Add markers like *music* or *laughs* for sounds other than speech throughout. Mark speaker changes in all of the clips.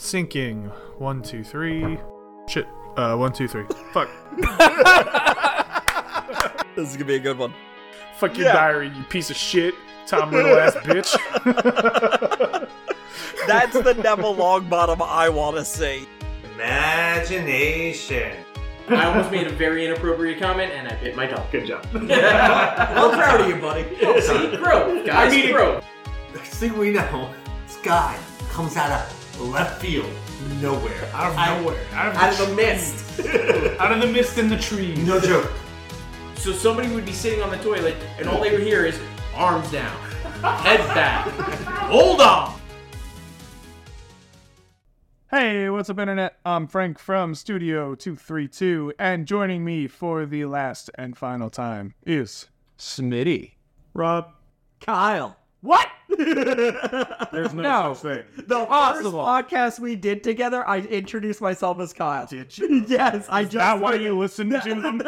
Speaker 1: Sinking. One, two, three. Shit. Uh, one, two, *laughs* three. Fuck.
Speaker 2: This is gonna be a good one.
Speaker 1: Fuck your diary, you piece of shit. Tom Riddle *laughs* ass bitch.
Speaker 2: *laughs* That's the Neville Longbottom I want to see.
Speaker 3: Imagination.
Speaker 4: I almost made a very inappropriate comment and I bit my tongue.
Speaker 1: Good
Speaker 4: *laughs*
Speaker 1: job.
Speaker 2: I'm proud of you, buddy.
Speaker 4: See, grow, guys,
Speaker 1: mean it-
Speaker 4: grow.
Speaker 3: Next thing we know, Sky comes out of left field, nowhere, out of nowhere,
Speaker 1: Out
Speaker 2: Out of the mist.
Speaker 1: the, out of the mist in the trees.
Speaker 3: no joke.
Speaker 4: So somebody would be sitting on the toilet and all they would hear is arms down, head back, hold on.
Speaker 5: Hey, what's up, Internet? I'm Frank from Studio 232, and joining me for the last and final time is
Speaker 6: Smitty.
Speaker 1: Rob,
Speaker 2: Kyle. *laughs*
Speaker 6: What?
Speaker 1: there's no,
Speaker 6: No.
Speaker 1: such thing.
Speaker 2: The
Speaker 6: Possible.
Speaker 2: first podcast we did together, I introduced myself as Kyle. *laughs*
Speaker 1: Did
Speaker 2: yes, I just.
Speaker 1: That
Speaker 2: *laughs*
Speaker 1: why you listen to *laughs* them?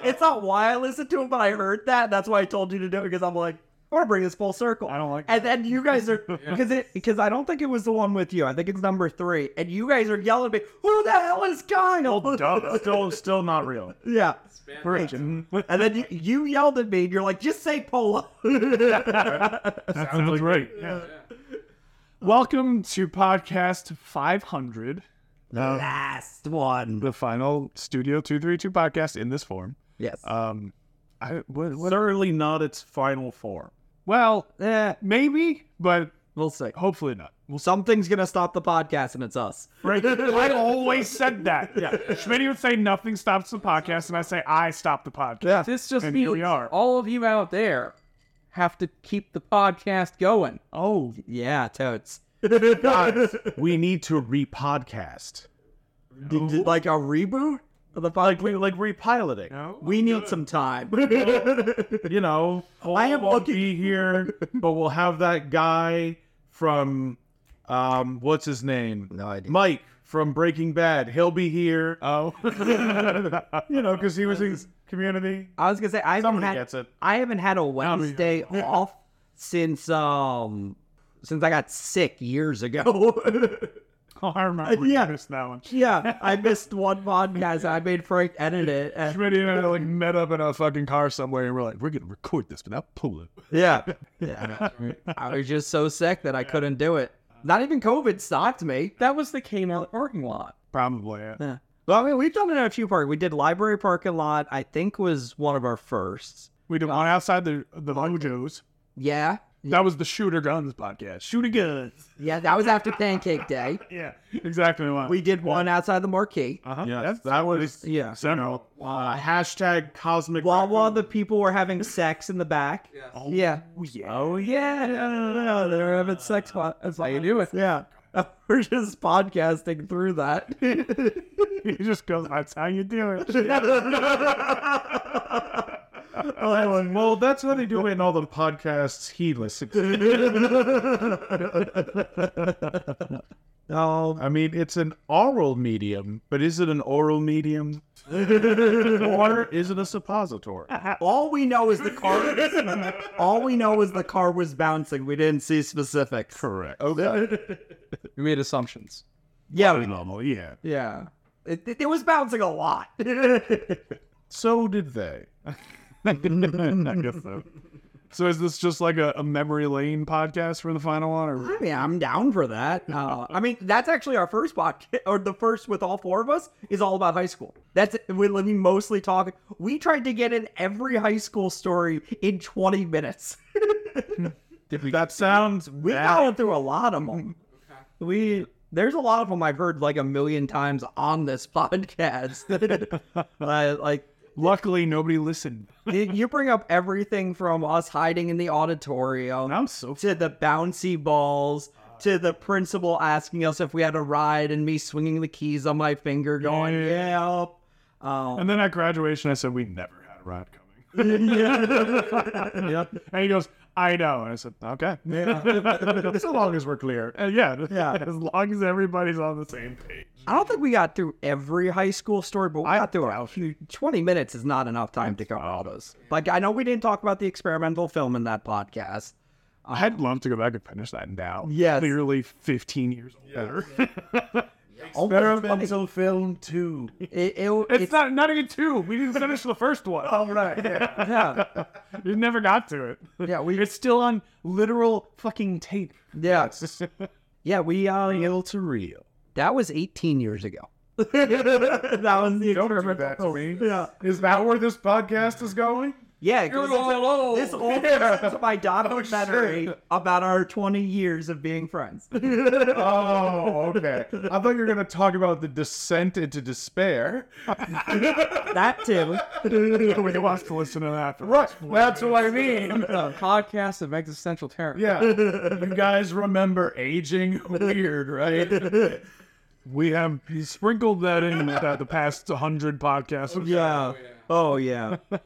Speaker 1: *laughs*
Speaker 2: it's not why I listened to him, but I heard that. That's why I told you to do it because I'm like, I want to bring this full circle.
Speaker 1: I don't like
Speaker 2: And then you
Speaker 1: *laughs*
Speaker 2: guys are because it because I don't think it was the one with you. I think it's number three. And you guys are yelling at me, "Who the hell is Kyle?"
Speaker 1: Duh, still, still not real.
Speaker 2: *laughs* yeah. And then you, you yelled at me, and you're like, "Just say *laughs* Polo."
Speaker 1: That sounds right.
Speaker 5: Welcome to Podcast 500,
Speaker 2: Last one.
Speaker 5: the final Studio 232 podcast in this form.
Speaker 2: Yes.
Speaker 5: Um, I what, what
Speaker 1: Certainly not its final form.
Speaker 5: well,
Speaker 2: Eh,
Speaker 5: maybe, but
Speaker 2: we'll see.
Speaker 5: hopefully
Speaker 1: *laughs*
Speaker 5: not.
Speaker 2: Well, something's gonna stop the podcast, and it's us.
Speaker 5: Right? I always said that. Yeah.
Speaker 1: *laughs*
Speaker 5: Schmitty would say nothing stops the podcast, and I say I stop the podcast.
Speaker 2: Yeah.
Speaker 6: This just
Speaker 5: And
Speaker 6: means
Speaker 5: here we are.
Speaker 6: all of you out there have to keep the podcast going.
Speaker 5: Oh,
Speaker 2: Yeah, totes.
Speaker 7: we need to repodcast.
Speaker 2: Did- did- like a reboot of the podcast.
Speaker 7: We like repiloting.
Speaker 2: We need some *laughs* time.
Speaker 7: You know,
Speaker 2: I am
Speaker 7: won't
Speaker 2: looking.
Speaker 7: be here, but we'll have that guy from um what's his name?
Speaker 2: No idea.
Speaker 7: Mike from Breaking Bad. He'll be here.
Speaker 5: oh,
Speaker 7: *laughs*
Speaker 5: you know, because he was in community.
Speaker 2: I was gonna say I haven't
Speaker 7: Somebody
Speaker 2: had,
Speaker 7: gets it.
Speaker 2: I haven't had a *laughs* Wednesday off since um since I got sick years ago. *laughs*
Speaker 5: Oh, *laughs* I remember.
Speaker 2: Uh, Yeah.
Speaker 5: I missed that one.
Speaker 2: yeah, I missed one podcast. I made Frank edit it. and-
Speaker 5: Schmidt and I like met up in a fucking car somewhere, and we're like, we're gonna record this without Pulu.
Speaker 2: yeah, yeah. I was just so sick that I couldn't do it. Not even COVID stopped me.
Speaker 6: That was the Kmart parking lot.
Speaker 5: Probably. yeah.
Speaker 2: Yeah. Well, I mean, we've done it in a few parks. We did library parking lot. I think was one of our first.
Speaker 5: We did one outside the the Mojos.
Speaker 2: Yeah,
Speaker 5: That was the Shooter Guns podcast. Shooter Guns.
Speaker 2: yeah. That was after Pancake Day.
Speaker 5: Yeah, exactly. One.
Speaker 2: We did one outside the marquee.
Speaker 5: uh-huh.
Speaker 7: Yeah,
Speaker 5: that's
Speaker 7: that was
Speaker 2: Yeah.
Speaker 5: several.
Speaker 7: uh, hashtag cosmic.
Speaker 2: While while the people were having sex in the back.
Speaker 5: Oh,
Speaker 2: Yeah.
Speaker 5: yeah.
Speaker 2: Oh yeah. No, no, no. They were having sex. While, that's how
Speaker 6: you do it.
Speaker 2: Yeah. *laughs* We're just podcasting through that.
Speaker 5: *laughs*
Speaker 2: *laughs*
Speaker 5: He just goes, "That's how you do it."
Speaker 2: Oh, *laughs*
Speaker 5: *laughs*
Speaker 7: well, that's how they do it in all the podcasts he listens. to.
Speaker 2: um,
Speaker 7: I mean, it's an oral medium, but is it an
Speaker 5: *laughs*
Speaker 7: oral medium? or is it a suppository?
Speaker 2: all we know is the car. all we know is the car was bouncing. We didn't see specifics.
Speaker 7: Correct.
Speaker 2: Oh,
Speaker 5: *laughs*
Speaker 7: Okay.
Speaker 6: We made assumptions.
Speaker 2: Yeah. we-
Speaker 7: Normal, yeah.
Speaker 2: Oh, Yeah. It, it, it was bouncing a lot. *laughs*
Speaker 7: So did they.
Speaker 5: I guess so. So is this just like a, a memory lane podcast for the final one, or
Speaker 2: I mean, I'm down for that. Uh, I mean, that's actually our first podcast, *laughs* or the first with all four of us, is all about high school. That's it. We, we mostly talk. We tried to get in every high school story in 20 minutes.
Speaker 7: That sounds
Speaker 2: We got through a lot of them. We there's a lot of them I've heard like a million times on this *laughs* podcast. Uh, like
Speaker 5: luckily nobody listened?
Speaker 2: you you bring up everything from us hiding in the auditorium.
Speaker 5: I'm so
Speaker 2: to the bouncy balls to the principal asking us if we had a ride and me swinging the keys on my finger going
Speaker 5: Yeah.
Speaker 2: yeah um,
Speaker 5: And then at graduation, I said, We never had a ride coming.
Speaker 7: *laughs*
Speaker 2: yeah
Speaker 5: And he goes, I know. And I said, Okay.
Speaker 7: so long as we're clear.
Speaker 5: Uh, yeah.
Speaker 2: Yeah.
Speaker 5: As long as everybody's on the same page.
Speaker 2: i don't think we got through every high school story but we
Speaker 5: I-
Speaker 2: got through a few 20 minutes is not enough time to cover all those like i know we didn't talk about the experimental film in that podcast
Speaker 5: I'd love to go back and finish that now.
Speaker 2: Yes.
Speaker 5: Clearly 15 years older. *laughs*
Speaker 2: Oh,
Speaker 7: Better
Speaker 2: it's
Speaker 7: than
Speaker 2: funny.
Speaker 7: until film two.
Speaker 2: It- it-
Speaker 5: It's,
Speaker 2: it's-
Speaker 5: not not even two. We didn't finish the first one. *laughs* All right.
Speaker 2: yeah,
Speaker 5: You never got to it.
Speaker 2: yeah, we,
Speaker 5: It's still on literal fucking tape.
Speaker 2: yeah, *laughs* yeah, we, uh,
Speaker 7: Real to real.
Speaker 2: that was 18 years
Speaker 5: *laughs*
Speaker 2: ago. that was the
Speaker 5: Don't do
Speaker 2: experiment.
Speaker 5: that to me.
Speaker 2: Yeah,
Speaker 5: Is that where this podcast is going?
Speaker 2: yeah. it goes into- This
Speaker 5: *laughs*
Speaker 2: all goes into my
Speaker 5: Oh,
Speaker 2: documentary about our 20 years of being friends.
Speaker 5: Oh, okay. *laughs* I thought you were going to talk about the descent into *laughs* despair.
Speaker 2: that
Speaker 5: *laughs*
Speaker 2: too.
Speaker 5: Nobody wants to listen to that. Right. That's what I mean.
Speaker 6: A podcast of existential terror.
Speaker 5: Yeah. You guys remember *laughs* aging weird, right? We have sprinkled that in with, uh, the past 100 podcasts.
Speaker 2: Yeah. Oh yeah.
Speaker 5: *laughs*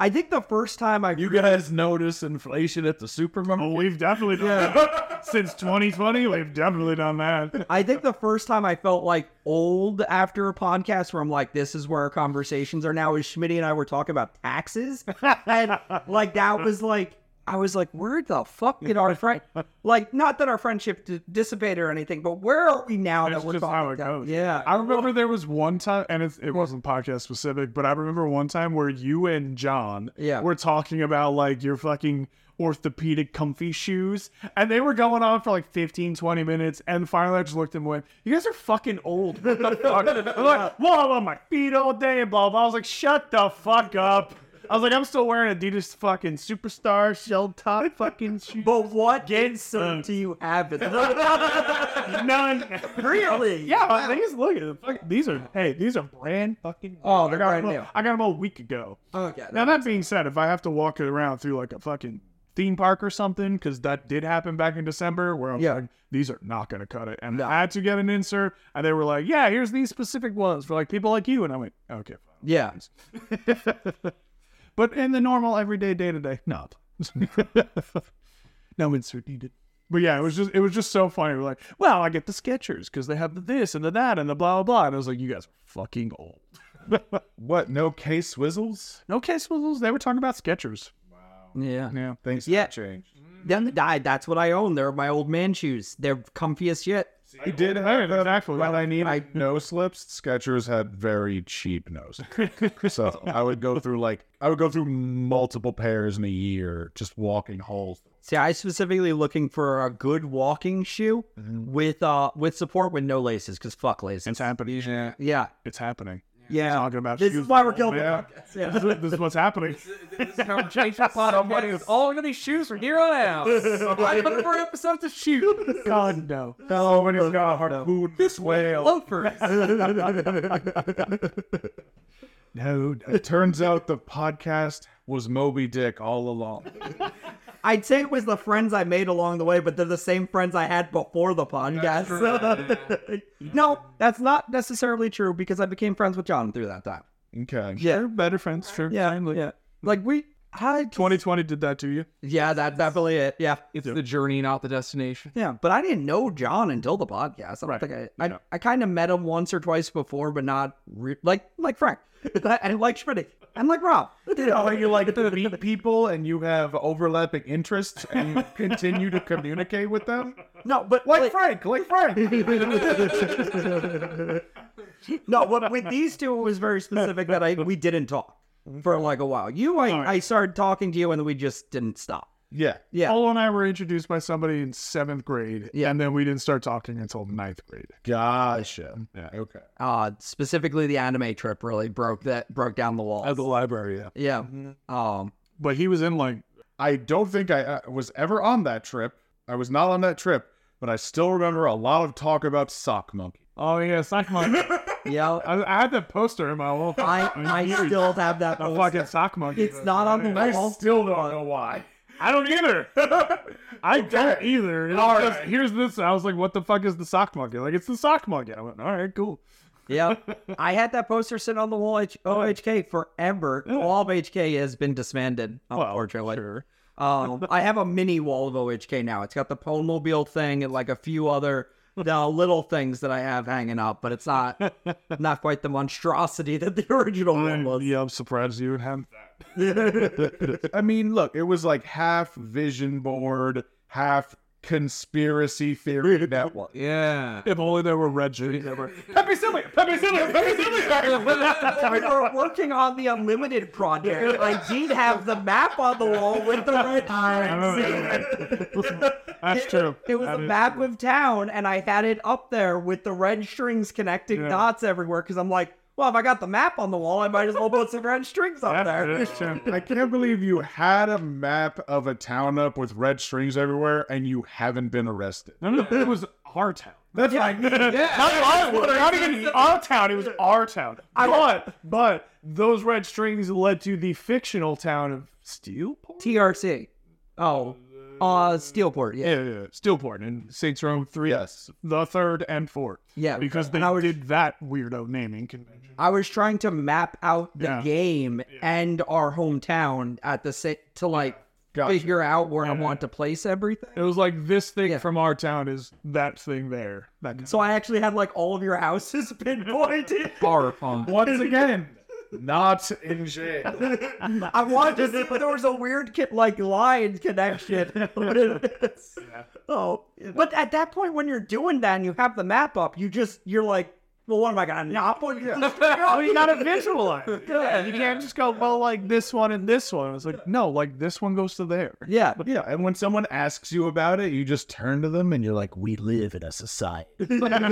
Speaker 2: I think the first time I
Speaker 7: You guys notice inflation at the
Speaker 5: Well,
Speaker 7: supermarket?
Speaker 5: we've definitely done that. Since 2020, we've definitely done that.
Speaker 2: I think the first time I felt like old after a podcast where I'm like, this is where our conversations are now is Schmitty and I were talking about taxes. *laughs* and like that was like I was like, where the fuck did our friend like not that our friendship d- dissipated or anything, but where are we now
Speaker 5: That's
Speaker 2: that we're
Speaker 5: just
Speaker 2: talking
Speaker 5: how it
Speaker 2: about-
Speaker 5: goes.
Speaker 2: Yeah.
Speaker 5: I remember there was one time, and it's, it wasn't podcast specific, but I remember one time where you and John
Speaker 2: Yeah.
Speaker 5: were talking about like your fucking orthopedic comfy shoes, and they were going on for like 15, 20 minutes, and finally I just looked at him and went, You guys are fucking old.
Speaker 2: *laughs*
Speaker 5: What the fuck? I'm like, well, I'm on my feet all day, and blah, blah. I was like, Shut the fuck up. I was like, I'm still wearing Adidas fucking superstar shell top
Speaker 2: *laughs*
Speaker 5: fucking shoes.
Speaker 2: but what answer do you have?
Speaker 5: None.
Speaker 2: *laughs*
Speaker 5: *laughs*
Speaker 2: really?
Speaker 5: Yeah, these look at them. Fuck, These are hey, these are brand fucking.
Speaker 2: Oh, they're
Speaker 5: I got
Speaker 2: brand
Speaker 5: them all-
Speaker 2: new.
Speaker 5: I got them all a week ago.
Speaker 2: Okay.
Speaker 5: Now that being said, if I have to walk it around through like a fucking theme park or something, because that did happen back in December, where I'm
Speaker 2: Yeah.
Speaker 5: like, these are not gonna cut it, and I had to get an insert, and they were like, yeah, here's these specific ones for like people like you, and I went, okay,
Speaker 2: Yeah.
Speaker 5: fine. but in the normal everyday day to day, not. *laughs* no insert needed. But yeah, it was just it was just so funny. We're like, well, I get the Skechers because they have the this and the that and the blah blah blah. And I was like, you guys are fucking old.
Speaker 7: What? No K Swizzles?
Speaker 5: No case swizzles. They were talking about Skechers.
Speaker 2: Yeah.
Speaker 5: Yeah.
Speaker 7: Things
Speaker 2: Yeah.
Speaker 7: have changed.
Speaker 2: Then died. That's what I own. They're my old man shoes. They're comfy as shit.
Speaker 7: I did have
Speaker 5: exactly.
Speaker 7: Well, I need
Speaker 2: I-
Speaker 7: no slips. Skechers had very cheap *laughs* nose, so I would go through like I would go through multiple pairs in a year, just walking holes.
Speaker 2: See, I specifically looking for a good walking shoe
Speaker 5: Mm-hmm.
Speaker 2: with uh with support with no laces because fuck laces.
Speaker 5: It's happening. Yeah.
Speaker 2: yeah,
Speaker 5: It's happening.
Speaker 2: yeah.
Speaker 5: Talking about
Speaker 2: this
Speaker 5: shoes.
Speaker 2: is why we're killing.
Speaker 5: Yeah.
Speaker 2: Yeah.
Speaker 5: This is- this is what's
Speaker 7: *laughs*
Speaker 5: happening.
Speaker 6: This is how we
Speaker 5: *laughs*
Speaker 6: change the plot on what is all of these shoes from here on out. I
Speaker 5: *laughs*
Speaker 6: put for episodes of shoes.
Speaker 5: God no.
Speaker 7: No, when it's got harpoon this Oh. whale.
Speaker 6: Loafers.
Speaker 5: No.
Speaker 7: It turns out the podcast was Moby Dick all along.
Speaker 2: *laughs* I'd say it was the friends I made along the way, but they're the same friends I had before the podcast. *laughs* no, that's not necessarily true because I became friends with John through that time.
Speaker 7: Okay.
Speaker 2: Yeah,
Speaker 5: Better friends. Sure.
Speaker 2: yeah, yeah. Like we, I,
Speaker 5: 2020 did that to you.
Speaker 2: yeah, that's definitely it. Yeah,
Speaker 6: It's the journey, not the destination.
Speaker 2: Yeah, but I didn't know John until the podcast. I don't
Speaker 5: Right.
Speaker 2: think I, I, I kind of met him once or twice before, but not re- like like Frank *laughs* and like Schmitty and like Rob. You know,
Speaker 7: Oh, you like to *laughs* meet people and you have overlapping interests and *laughs* you continue to communicate with them?
Speaker 2: no, but
Speaker 7: Like
Speaker 2: like,
Speaker 7: Frank, like Frank.
Speaker 2: no, but with these two, it was very specific that I we didn't talk for like a while. You, I, I started talking to you, and we just didn't stop.
Speaker 7: *laughs* Yeah.
Speaker 2: Yeah.
Speaker 5: Polo and I were introduced by somebody in seventh grade,
Speaker 2: Yeah.
Speaker 5: and then we didn't start talking until ninth grade.
Speaker 7: Gotcha. Yeah. Okay.
Speaker 2: Uh, specifically, the anime trip really broke that broke down the wall.
Speaker 7: library, yeah.
Speaker 2: Yeah. Um.
Speaker 5: But he was in like
Speaker 7: I don't think I uh, was ever on that trip. I was not on that trip, but I still remember a lot of talk about sock monkey.
Speaker 5: Oh yeah, sock
Speaker 7: *laughs*
Speaker 5: monkey.
Speaker 2: Yeah.
Speaker 5: I, I had that poster in my wall.
Speaker 2: I
Speaker 5: *laughs*
Speaker 2: I still have that.
Speaker 5: a
Speaker 2: poster.
Speaker 5: fucking sock monkey.
Speaker 2: It's not on the wall.
Speaker 5: still don't know why. I don't *laughs* either. I don't either. It's just, Here's this. I was like, "What the fuck is the sock monkey?" Like, it's the sock monkey. I went, "All right, cool."
Speaker 2: Yeah, I had that poster sitting on the wall at OHK forever. All of HK has been disbanded, unfortunately. Um, I have a mini wall of OHK now. It's got the Pwn Mobile thing and like a few other the little things that I have hanging up, but it's not not quite the monstrosity that the original one was.
Speaker 5: yeah, I'm surprised *laughs* you would have that.
Speaker 7: I mean, look, it was like half vision board, half conspiracy theory network.
Speaker 6: Yeah.
Speaker 5: If only there were red shoes. *laughs*
Speaker 6: Pepe Silly! Pepe Silly! Pepe Silly!
Speaker 2: we
Speaker 5: *laughs*
Speaker 2: were working on the unlimited project. I did have the map on the wall with the red lines.
Speaker 5: *laughs* That's true.
Speaker 2: It was a map of town, and I had it up there with the red strings connecting
Speaker 5: Yeah.
Speaker 2: dots everywhere. Because I'm like, well, if I got the map on the wall, I might as well put some red strings up there.
Speaker 5: That's true.
Speaker 7: I can't believe you had a map of a town up with red strings everywhere and you haven't been arrested.
Speaker 5: No, no, it was our town.
Speaker 7: That's like
Speaker 5: Not, our, not even our town. It was our town. But but those red strings led to the fictional town of Steelport.
Speaker 2: TRC. Oh, uh, Steelport. Yeah.
Speaker 5: Yeah, yeah, yeah. Steelport in Saints Row Three.
Speaker 7: Yes.
Speaker 5: the third and fourth.
Speaker 2: Yeah,
Speaker 5: because they
Speaker 2: and I was-
Speaker 5: did that weirdo naming convention.
Speaker 2: I was trying to map out the
Speaker 5: Yeah.
Speaker 2: game and our hometown at the sa- to like figure out where I want to place everything.
Speaker 5: It was like this thing
Speaker 2: Yeah.
Speaker 5: from our town is that thing there. That *laughs* kind of-
Speaker 2: So I actually had like all of your houses *laughs* pinpointed.
Speaker 7: Once again, not
Speaker 5: *laughs*
Speaker 7: in jail.
Speaker 2: I wanted to see if
Speaker 6: *laughs*
Speaker 2: there was a weird ki- like line connection. What it is. Oh, but at that point, when you're doing that and you have the map up, you just you're like, well, what am I gonna not put? *laughs*
Speaker 5: Oh, you gotta visualize. it. You can't just go well like this one and this one. It's like no, like this one goes to there.
Speaker 2: Yeah,
Speaker 7: Yeah, and when someone asks you about it, you just turn to them and you're like, "We live in a society."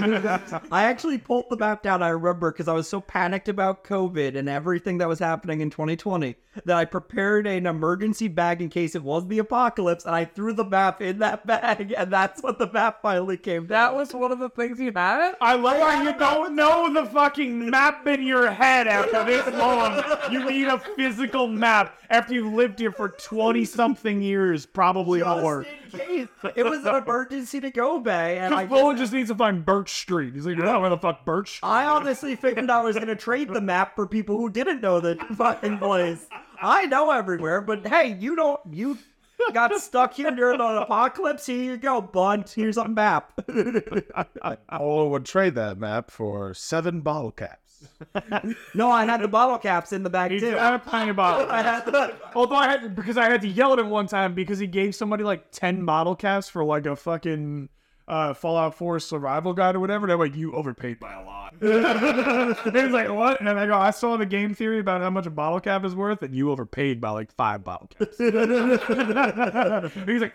Speaker 2: I actually pulled the map down. I remember because I was so panicked about COVID and everything that was happening in 2020 that I prepared an emergency bag in case it was the apocalypse, and I threw the map in that *laughs* bag, and that's what the map finally came. That was
Speaker 6: one of the things you had?
Speaker 5: I love how you don't know the fucking map in your head after this long. You need a physical map after you've lived here for 20 something years, probably more.
Speaker 2: It was an emergency to go bay, and
Speaker 5: *laughs*
Speaker 2: I
Speaker 5: Because Bullen just needs to find Birch Street. He's like, I don't know where the fuck *laughs* Birch
Speaker 2: I honestly figured I was going to trade the map for people who didn't know the fucking place. I know everywhere, but hey, you don't. You got stuck here during an apocalypse. Here you go, bunt. Here's a map.
Speaker 7: Ola would trade that map for seven bottle caps.
Speaker 2: no, I had the bottle caps in the back
Speaker 5: He's
Speaker 2: too.
Speaker 5: out of
Speaker 2: *laughs*
Speaker 5: pine
Speaker 2: I
Speaker 5: bottle.
Speaker 2: had the,
Speaker 5: Although I had because I had to yell at him one time because he gave somebody like ten model *laughs* caps for like a fucking uh, Fallout 4 survival guide or whatever. And I'm like, you overpaid by a lot. and he was like, *laughs* what? And I go, I saw the game theory about how much a bottle cap is worth, and you overpaid by like five bottle caps. he's like,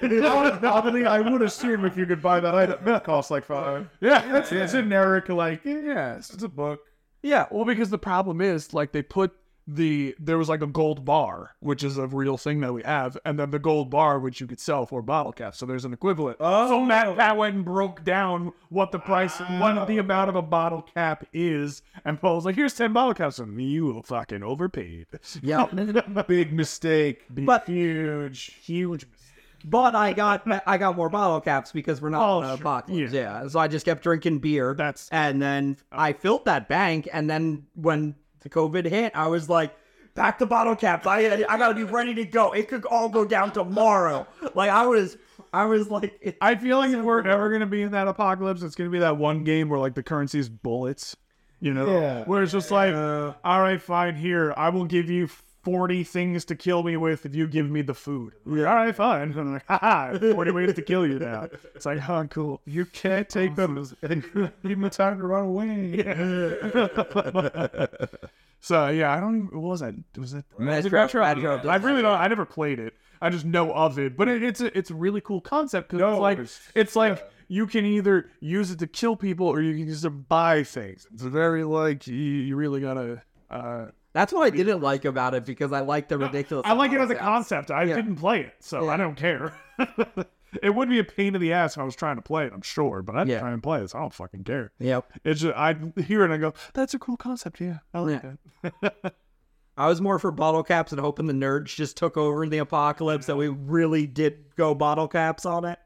Speaker 5: *laughs*
Speaker 7: Oddly, I would assume if you could buy that item, it costs like five.
Speaker 5: yeah,
Speaker 7: That's a generic, like
Speaker 5: yeah, it's a book.
Speaker 2: yeah.
Speaker 5: Well, because the problem is, like, they put the there was like a gold bar, which is a real thing that we have, and then the gold bar, which you could sell for bottle caps. So there's an equivalent. Oh. So Matt Cowan broke down what the price, what the amount of a bottle cap is, and Paul's like, "Here's ten bottle caps, and you fucking overpaid." *laughs*
Speaker 2: Yeah.
Speaker 7: big mistake.
Speaker 2: But-
Speaker 7: huge, huge.
Speaker 2: But I got I got more bottle caps because we're not
Speaker 5: Oh,
Speaker 2: in an
Speaker 5: sure.
Speaker 2: apocalypse. Yeah. So I just kept drinking beer.
Speaker 5: That's- Oh.
Speaker 2: and then I filled that bank. And then when the COVID hit, I was like, back to bottle caps. I I gotta be ready to go. It could all go down tomorrow. Like I was I was like it,
Speaker 5: I feel like if we're ever gonna be in that apocalypse, it's gonna be that one game where like the currency is bullets, you know,
Speaker 7: Yeah.
Speaker 5: where it's just like, all right, fine, here, I will give you forty things to kill me with if you give me the food. All right, fine. *laughs* And I'm like, haha, forty ways to kill you now. It's like, huh, cool.
Speaker 7: You can't
Speaker 5: *laughs*
Speaker 7: take them. Give them time to run away.
Speaker 5: *laughs* So yeah, I don't. Even, what was that? Was it?
Speaker 2: Metro, Metro.
Speaker 5: I really don't. I never played it. I just know of it, but it, it's a, it's a really cool concept because it's like it's, like you can either use it to kill people or you can use it to buy things. It's very like you, you really gotta. Uh,
Speaker 2: That's what I didn't like about it because I liked the ridiculous.
Speaker 5: *gasps* I like it as a concept. I didn't play it, so I don't care. *laughs* it would be a pain in the ass if I was trying to play it. I'm sure, but I didn't
Speaker 2: Yeah.
Speaker 5: try and play this. I don't fucking care.
Speaker 2: Yep.
Speaker 5: It's just I hear it and I go, "That's a cool concept." Yeah, I like
Speaker 2: Yeah.
Speaker 5: that.
Speaker 2: I was more for bottle caps and hoping the nerds just took over in the apocalypse that we really did go bottle caps on it.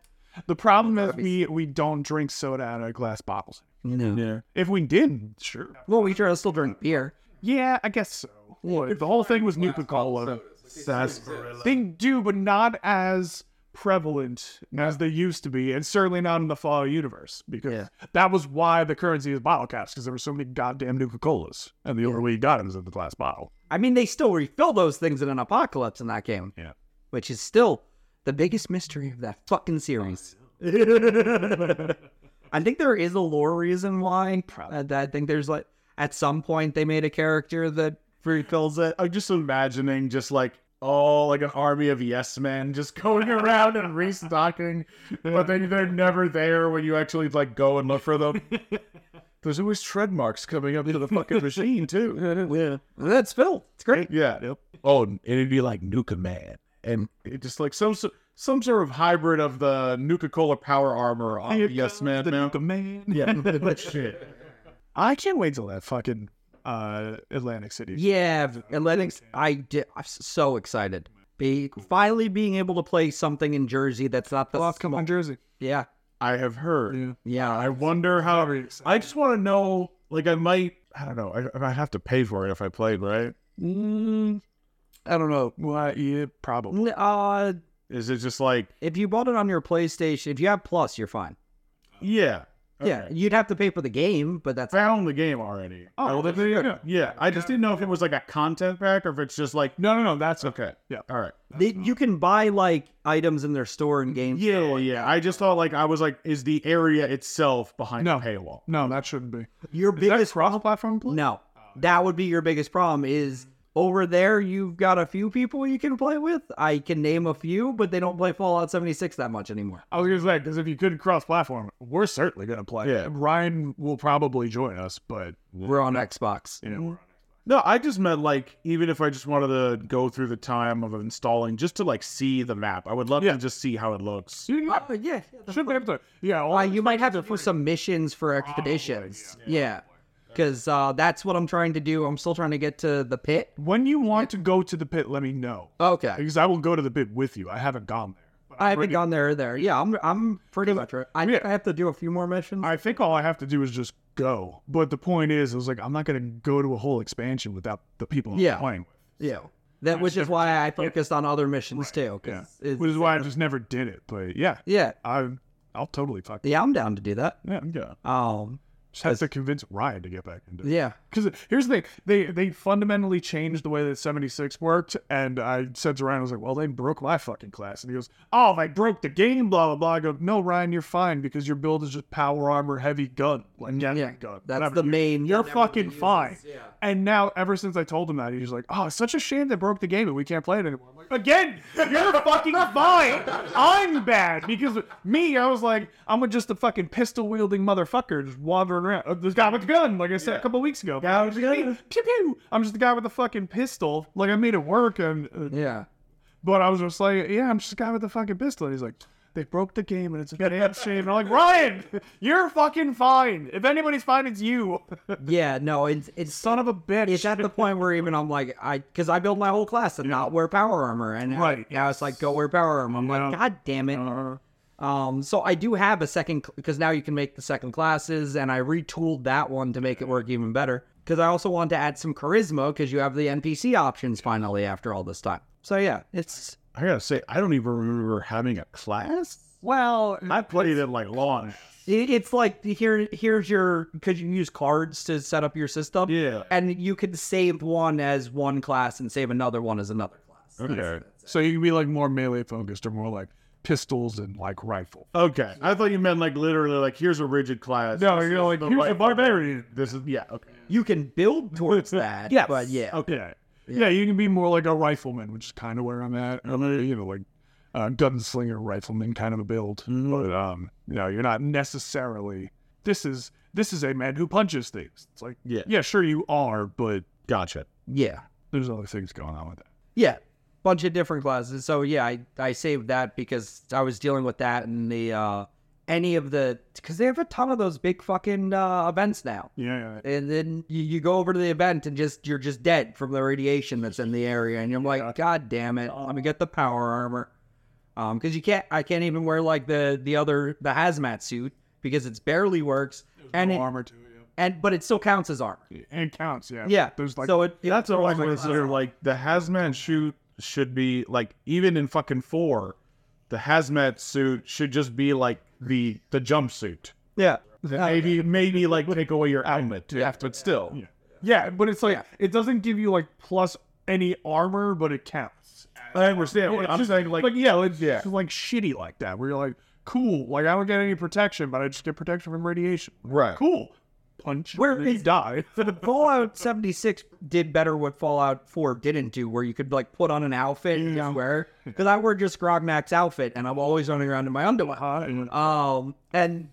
Speaker 5: The problem is we we don't drink soda out of glass bottles.
Speaker 2: No.
Speaker 5: Yeah. If we did, sure.
Speaker 2: Well, we try to still drink beer.
Speaker 5: Yeah, I guess so. Well, the whole thing was Nuka Cola.
Speaker 7: Sarsaparilla.
Speaker 5: They do, but not as prevalent as they used to be, and certainly not in the Fallout universe, because that was why the currency is bottle caps, because there were so many goddamn Nuka Colas, and the only way you got them is in the glass bottle.
Speaker 2: I mean, they still refill those things in an apocalypse in that game.
Speaker 5: Yeah.
Speaker 2: Which is still the biggest mystery of that fucking
Speaker 5: *laughs*
Speaker 2: series. I think there is a lore reason why. And I think there's like at some point they made a character that fulfills
Speaker 5: *laughs*
Speaker 2: it.
Speaker 7: I'm just imagining just like oh, like an army of yes men just *laughs* going around and restocking, but then they're never there when you actually like go and look for
Speaker 5: *laughs*
Speaker 7: them. There's always tread marks coming up to the fucking
Speaker 5: *laughs*
Speaker 7: machine too.
Speaker 2: Yeah, that's Phil. It's great.
Speaker 7: Yeah. Oh, and it'd be like Nuka Man, and it just like some so- some sort of hybrid of the Nuka Cola Power Armor on Yes Man. now.
Speaker 5: man.
Speaker 7: *laughs* Yeah. Shit.
Speaker 5: I can't wait till that fucking uh, Atlantic City.
Speaker 2: Yeah, v- Atlantic. I did. I'm s- so excited. Be finally being able to play something in Jersey that's not the
Speaker 5: Well, Oh, come on, Jersey.
Speaker 2: yeah
Speaker 7: I have heard.
Speaker 2: yeah.
Speaker 7: I wonder how. I just want to know. Like, I might. I don't know. I, I have to pay for it if I played, right?
Speaker 2: Mm, I don't know.
Speaker 5: Well, yeah, probably.
Speaker 2: N- Uh,
Speaker 7: Is it just like,
Speaker 2: if you bought it on your PlayStation, if you have Plus, you're fine.
Speaker 7: yeah,
Speaker 2: Yeah, you'd have to pay for the game, but that's
Speaker 7: found the game already?
Speaker 5: Oh, well, there you go.
Speaker 7: Yeah, I just didn't know if it was like a content pack or if it's just like,
Speaker 5: No, no, no. That's
Speaker 7: okay,
Speaker 5: Yeah.
Speaker 7: all right.
Speaker 2: they, you can buy like items in their store and games.
Speaker 7: Yeah, yeah. I just thought like I was like, is the area itself behind
Speaker 5: No.
Speaker 7: a paywall?
Speaker 5: no, that shouldn't be.
Speaker 2: Your biggest
Speaker 5: cross-platform play?
Speaker 2: no, that would be your biggest problem is over there. You've got a few people you can play with. I can name a few, but they don't play Fallout 76 that much anymore.
Speaker 5: I was gonna say because if you could cross-platform, we're certainly gonna play.
Speaker 7: Yeah.
Speaker 5: Ryan will probably join us, but
Speaker 2: We're on Xbox.
Speaker 5: you know,
Speaker 7: No, I just meant like even if I just wanted to go through the time of installing just to like see the map, I would love
Speaker 5: Yeah.
Speaker 7: to just see how it looks.
Speaker 2: Oh, yeah, yeah, the
Speaker 5: should be able to. Yeah, all
Speaker 2: Well, you might have to put some missions for expeditions. Oh, yeah. Because uh, that's what I'm trying to do. I'm still trying to get to the pit.
Speaker 5: When you want to go to the pit, let me know.
Speaker 2: Okay.
Speaker 5: Because I will go to the pit with you. I haven't gone there. But
Speaker 2: I haven't gone there or there. Yeah, I'm I'm pretty much right. I think
Speaker 5: Yeah.
Speaker 2: I have to do a few more missions.
Speaker 5: I think all I have to do is just go. But the point is, I was like, I'm not going to go to a whole expansion without the people I'm
Speaker 2: Yeah.
Speaker 5: playing
Speaker 2: yeah. That which is why I focused on other missions too.
Speaker 5: with. Yeah.
Speaker 2: 'cause it's-
Speaker 5: Which is why I just never did it. But yeah,
Speaker 2: yeah.
Speaker 5: I, I'll totally fuck.
Speaker 2: Yeah, I'm down to do that.
Speaker 5: Yeah, yeah.
Speaker 2: Um
Speaker 5: Just have to convince Ryan to get back into it.
Speaker 2: yeah.
Speaker 5: Because here's the thing they, they fundamentally changed the way that 76 worked. And I said to Ryan, I was like, well, they broke my fucking class. And he goes, oh, they broke the game, blah, blah, blah. I go, no, Ryan, you're fine because your build is just power armor, heavy gun. Like, yeah,
Speaker 2: Mm, Yeah.
Speaker 5: gun.
Speaker 2: That's
Speaker 5: whatever.
Speaker 2: the
Speaker 5: You're-
Speaker 2: main
Speaker 5: You're fucking fine. And now, ever since I told him that, he's like, "Oh, it's such a shame they broke the game and we can't play it anymore." I'm like, "Again, *laughs* you're fucking fine. I'm bad because me, I was like, I'm just a fucking pistol wielding motherfucker just wandering around. Uh, This guy with the gun, like I said a couple weeks ago. Guy with the gun. Pew pew. I'm just the guy with the fucking pistol. Like I made it work, and uh,
Speaker 2: Yeah.
Speaker 5: but I was just like, "Yeah, I'm just the guy with the fucking pistol." And he's like. They broke the game and it's a damn shame. And I'm like, Ryan, *laughs* you're fucking fine. If anybody's fine, it's you. *laughs*
Speaker 2: Yeah, no, it's it's
Speaker 5: Son of a bitch.
Speaker 2: it's at the point where even I'm like, I because I built my whole class to not wear power armor, and now-
Speaker 5: Right.
Speaker 2: now it's like go wear power armor. I'm like,
Speaker 5: Yeah. Uh-huh.
Speaker 2: god damn it. Um, so I do have a second because now you can make the second classes, and I retooled that one to make it work even better. Because I also wanted to add some charisma because you have the NPC options finally after all this time. So yeah, it's
Speaker 7: I gotta say, I don't even remember having a class.
Speaker 2: well,
Speaker 7: I played it like launch.
Speaker 2: It- It's like here, here's your because you use cards to set up your system.
Speaker 7: Yeah.
Speaker 2: and you can save one as one class and save another one as another class.
Speaker 7: Okay.
Speaker 5: So you can be like more melee focused or more like pistols and like rifle.
Speaker 7: Okay. I thought you meant like literally like here's a rigid class.
Speaker 5: No, you're like here's a barbarian.
Speaker 7: This is yeah, okay.
Speaker 2: You can build
Speaker 7: *laughs*
Speaker 2: towards that.
Speaker 5: Yes.
Speaker 2: but yeah,
Speaker 5: Okay. Yeah. you can be more like a rifleman, which is kind of where I'm at. I'm a, you know, like uh, gunslinger, rifleman kind of a build. But um, you know, you're not necessarily. This is this is a man who punches things. It's like
Speaker 7: Yeah.
Speaker 5: yeah, sure you are, but
Speaker 7: Gotcha.
Speaker 2: yeah,
Speaker 5: there's other things going on with that.
Speaker 2: yeah, bunch of different classes. So yeah, I I saved that because I was dealing with that and the uh any of the because they have a ton of those big fucking uh, events now.
Speaker 5: Yeah, yeah.
Speaker 2: And then you, you go over to the event and just you're just dead from the radiation that's in the area, and you're like, God damn it! Let me get the power armor, um, because you can't. I can't even wear like the the other the hazmat suit because it's barely works, and
Speaker 5: No
Speaker 2: it,
Speaker 5: armor too.
Speaker 2: and but it still counts as armor.
Speaker 5: Yeah. And it counts. Yeah.
Speaker 2: Yeah.
Speaker 5: There's like
Speaker 2: so uh, it, it
Speaker 7: That's what I
Speaker 2: throws my-
Speaker 7: consider like the hazmat shoot should be like even in fucking four, the hazmat suit should just be like the the jumpsuit.
Speaker 2: yeah.
Speaker 7: Maybe *laughs* maybe like take away your helmet too. Oh, Yeah, but still.
Speaker 5: Yeah, but it's like it doesn't give you like plus any armor, but it counts. I understand.
Speaker 7: what I'm saying, like-
Speaker 5: yeah, it's
Speaker 7: Yeah.
Speaker 5: just, like shitty like that, where you're like, cool, like I don't get any protection, but I just get protection from radiation.
Speaker 7: Right.
Speaker 5: Cool. Punch.
Speaker 2: Where
Speaker 5: and then you
Speaker 2: is-
Speaker 5: die?
Speaker 2: *laughs* Fallout 76 did better what Fallout 4 didn't do, where you could like put on an outfit and just wear. Because I wear just Grognak's outfit, and I'm always running around in my underwear. Um, and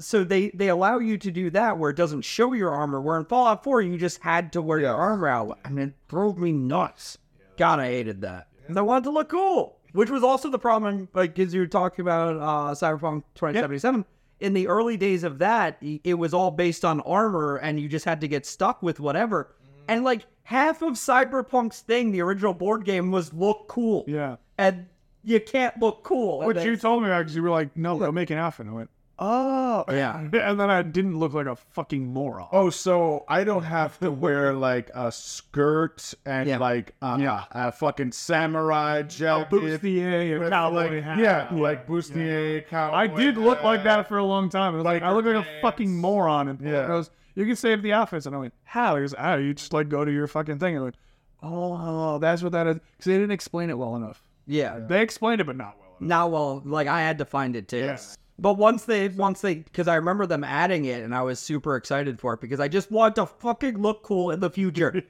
Speaker 2: so they they allow you to do that where it doesn't show your armor. Where in Fallout 4, you just had to wear your armor out, and it drove me nuts. God, I hated that. 'Cause I wanted to look cool, which was also the problem. Like as you were talking about uh, Cyberpunk 2077, in the early days of that, y- it was all based on armor, and you just had to get stuck with whatever. And like half of Cyberpunk's thing, the original board game was look cool.
Speaker 5: yeah.
Speaker 2: and you can't look cool. And
Speaker 5: What
Speaker 2: then-
Speaker 5: you told me because you were like, no, go make an outfit. And I went, oh.
Speaker 2: Yeah.
Speaker 5: *laughs* And then I didn't look like a fucking moron.
Speaker 7: Oh, so I don't have to wear like a skirt and
Speaker 2: Yeah.
Speaker 7: like uh,
Speaker 5: Yeah.
Speaker 7: a fucking samurai gel
Speaker 5: Boots the A and
Speaker 7: with,
Speaker 5: cowboy
Speaker 7: like,
Speaker 5: hat.
Speaker 7: Yeah, like bustier cowboy.
Speaker 5: I did look like
Speaker 7: hat.
Speaker 5: that for a long time. It was like, I look like a fucking moron. And
Speaker 7: Yeah.
Speaker 5: yeah. goes, you can save the outfits. And I went, how? He goes, oh, you just like go to your fucking thing. And I went, oh, that's what that is. Because they didn't explain it well enough.
Speaker 2: yeah.
Speaker 5: They explained it, but not well enough.
Speaker 2: Now, well, like I had to find it too. But once they, once they, because I remember them adding it, and I was super excited for it because I just want to fucking look cool in the future.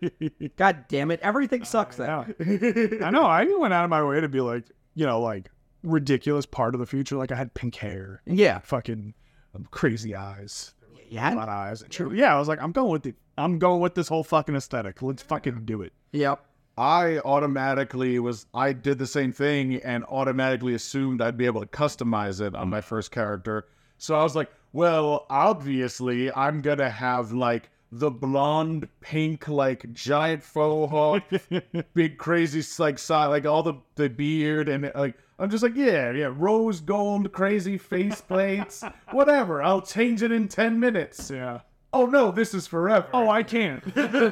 Speaker 2: God damn it, everything sucks now. *laughs*
Speaker 5: I know. I even went out of my way to be like, you know, like ridiculous part of the future. Like I had pink hair,
Speaker 2: Yeah,
Speaker 5: fucking um, crazy eyes,
Speaker 2: yeah,
Speaker 5: flat eyes. True. Yeah, I was like, I'm going with it. I'm going with this whole fucking aesthetic. Let's fucking do it.
Speaker 2: yep.
Speaker 7: I automatically was I did the same thing and automatically assumed I'd be able to customize it on my first character. So I was like, well, obviously I'm gonna have like the blonde, pink, like giant
Speaker 5: *laughs*
Speaker 7: faux hawk, big crazy like side, like all the the beard and like I'm just like, yeah, yeah, rose gold, crazy face plates,
Speaker 5: *laughs*
Speaker 7: whatever. I'll change it in ten minutes.
Speaker 5: Yeah.
Speaker 7: Oh no, this is forever.
Speaker 5: Oh, I can't.
Speaker 7: *laughs*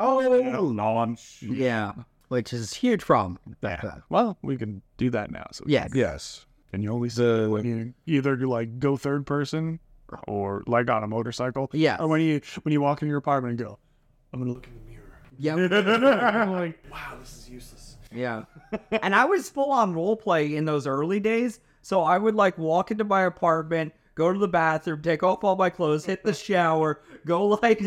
Speaker 7: oh,
Speaker 5: *laughs*
Speaker 7: launch.
Speaker 2: Yeah, which is a huge problem.
Speaker 5: well, we can do that now. So
Speaker 2: Yeah,
Speaker 7: Yes.
Speaker 5: And you only see when you either like go third person or like on a motorcycle.
Speaker 2: Yes.
Speaker 5: Or when you when you walk into your apartment and go, I'm gonna look in the mirror. *laughs*
Speaker 2: Yep.
Speaker 5: like,
Speaker 2: yeah. *laughs* And I was full on role play in those early days, so I would like walk into my apartment, go to the bathroom, take off all my clothes, hit the shower, go *laughs* like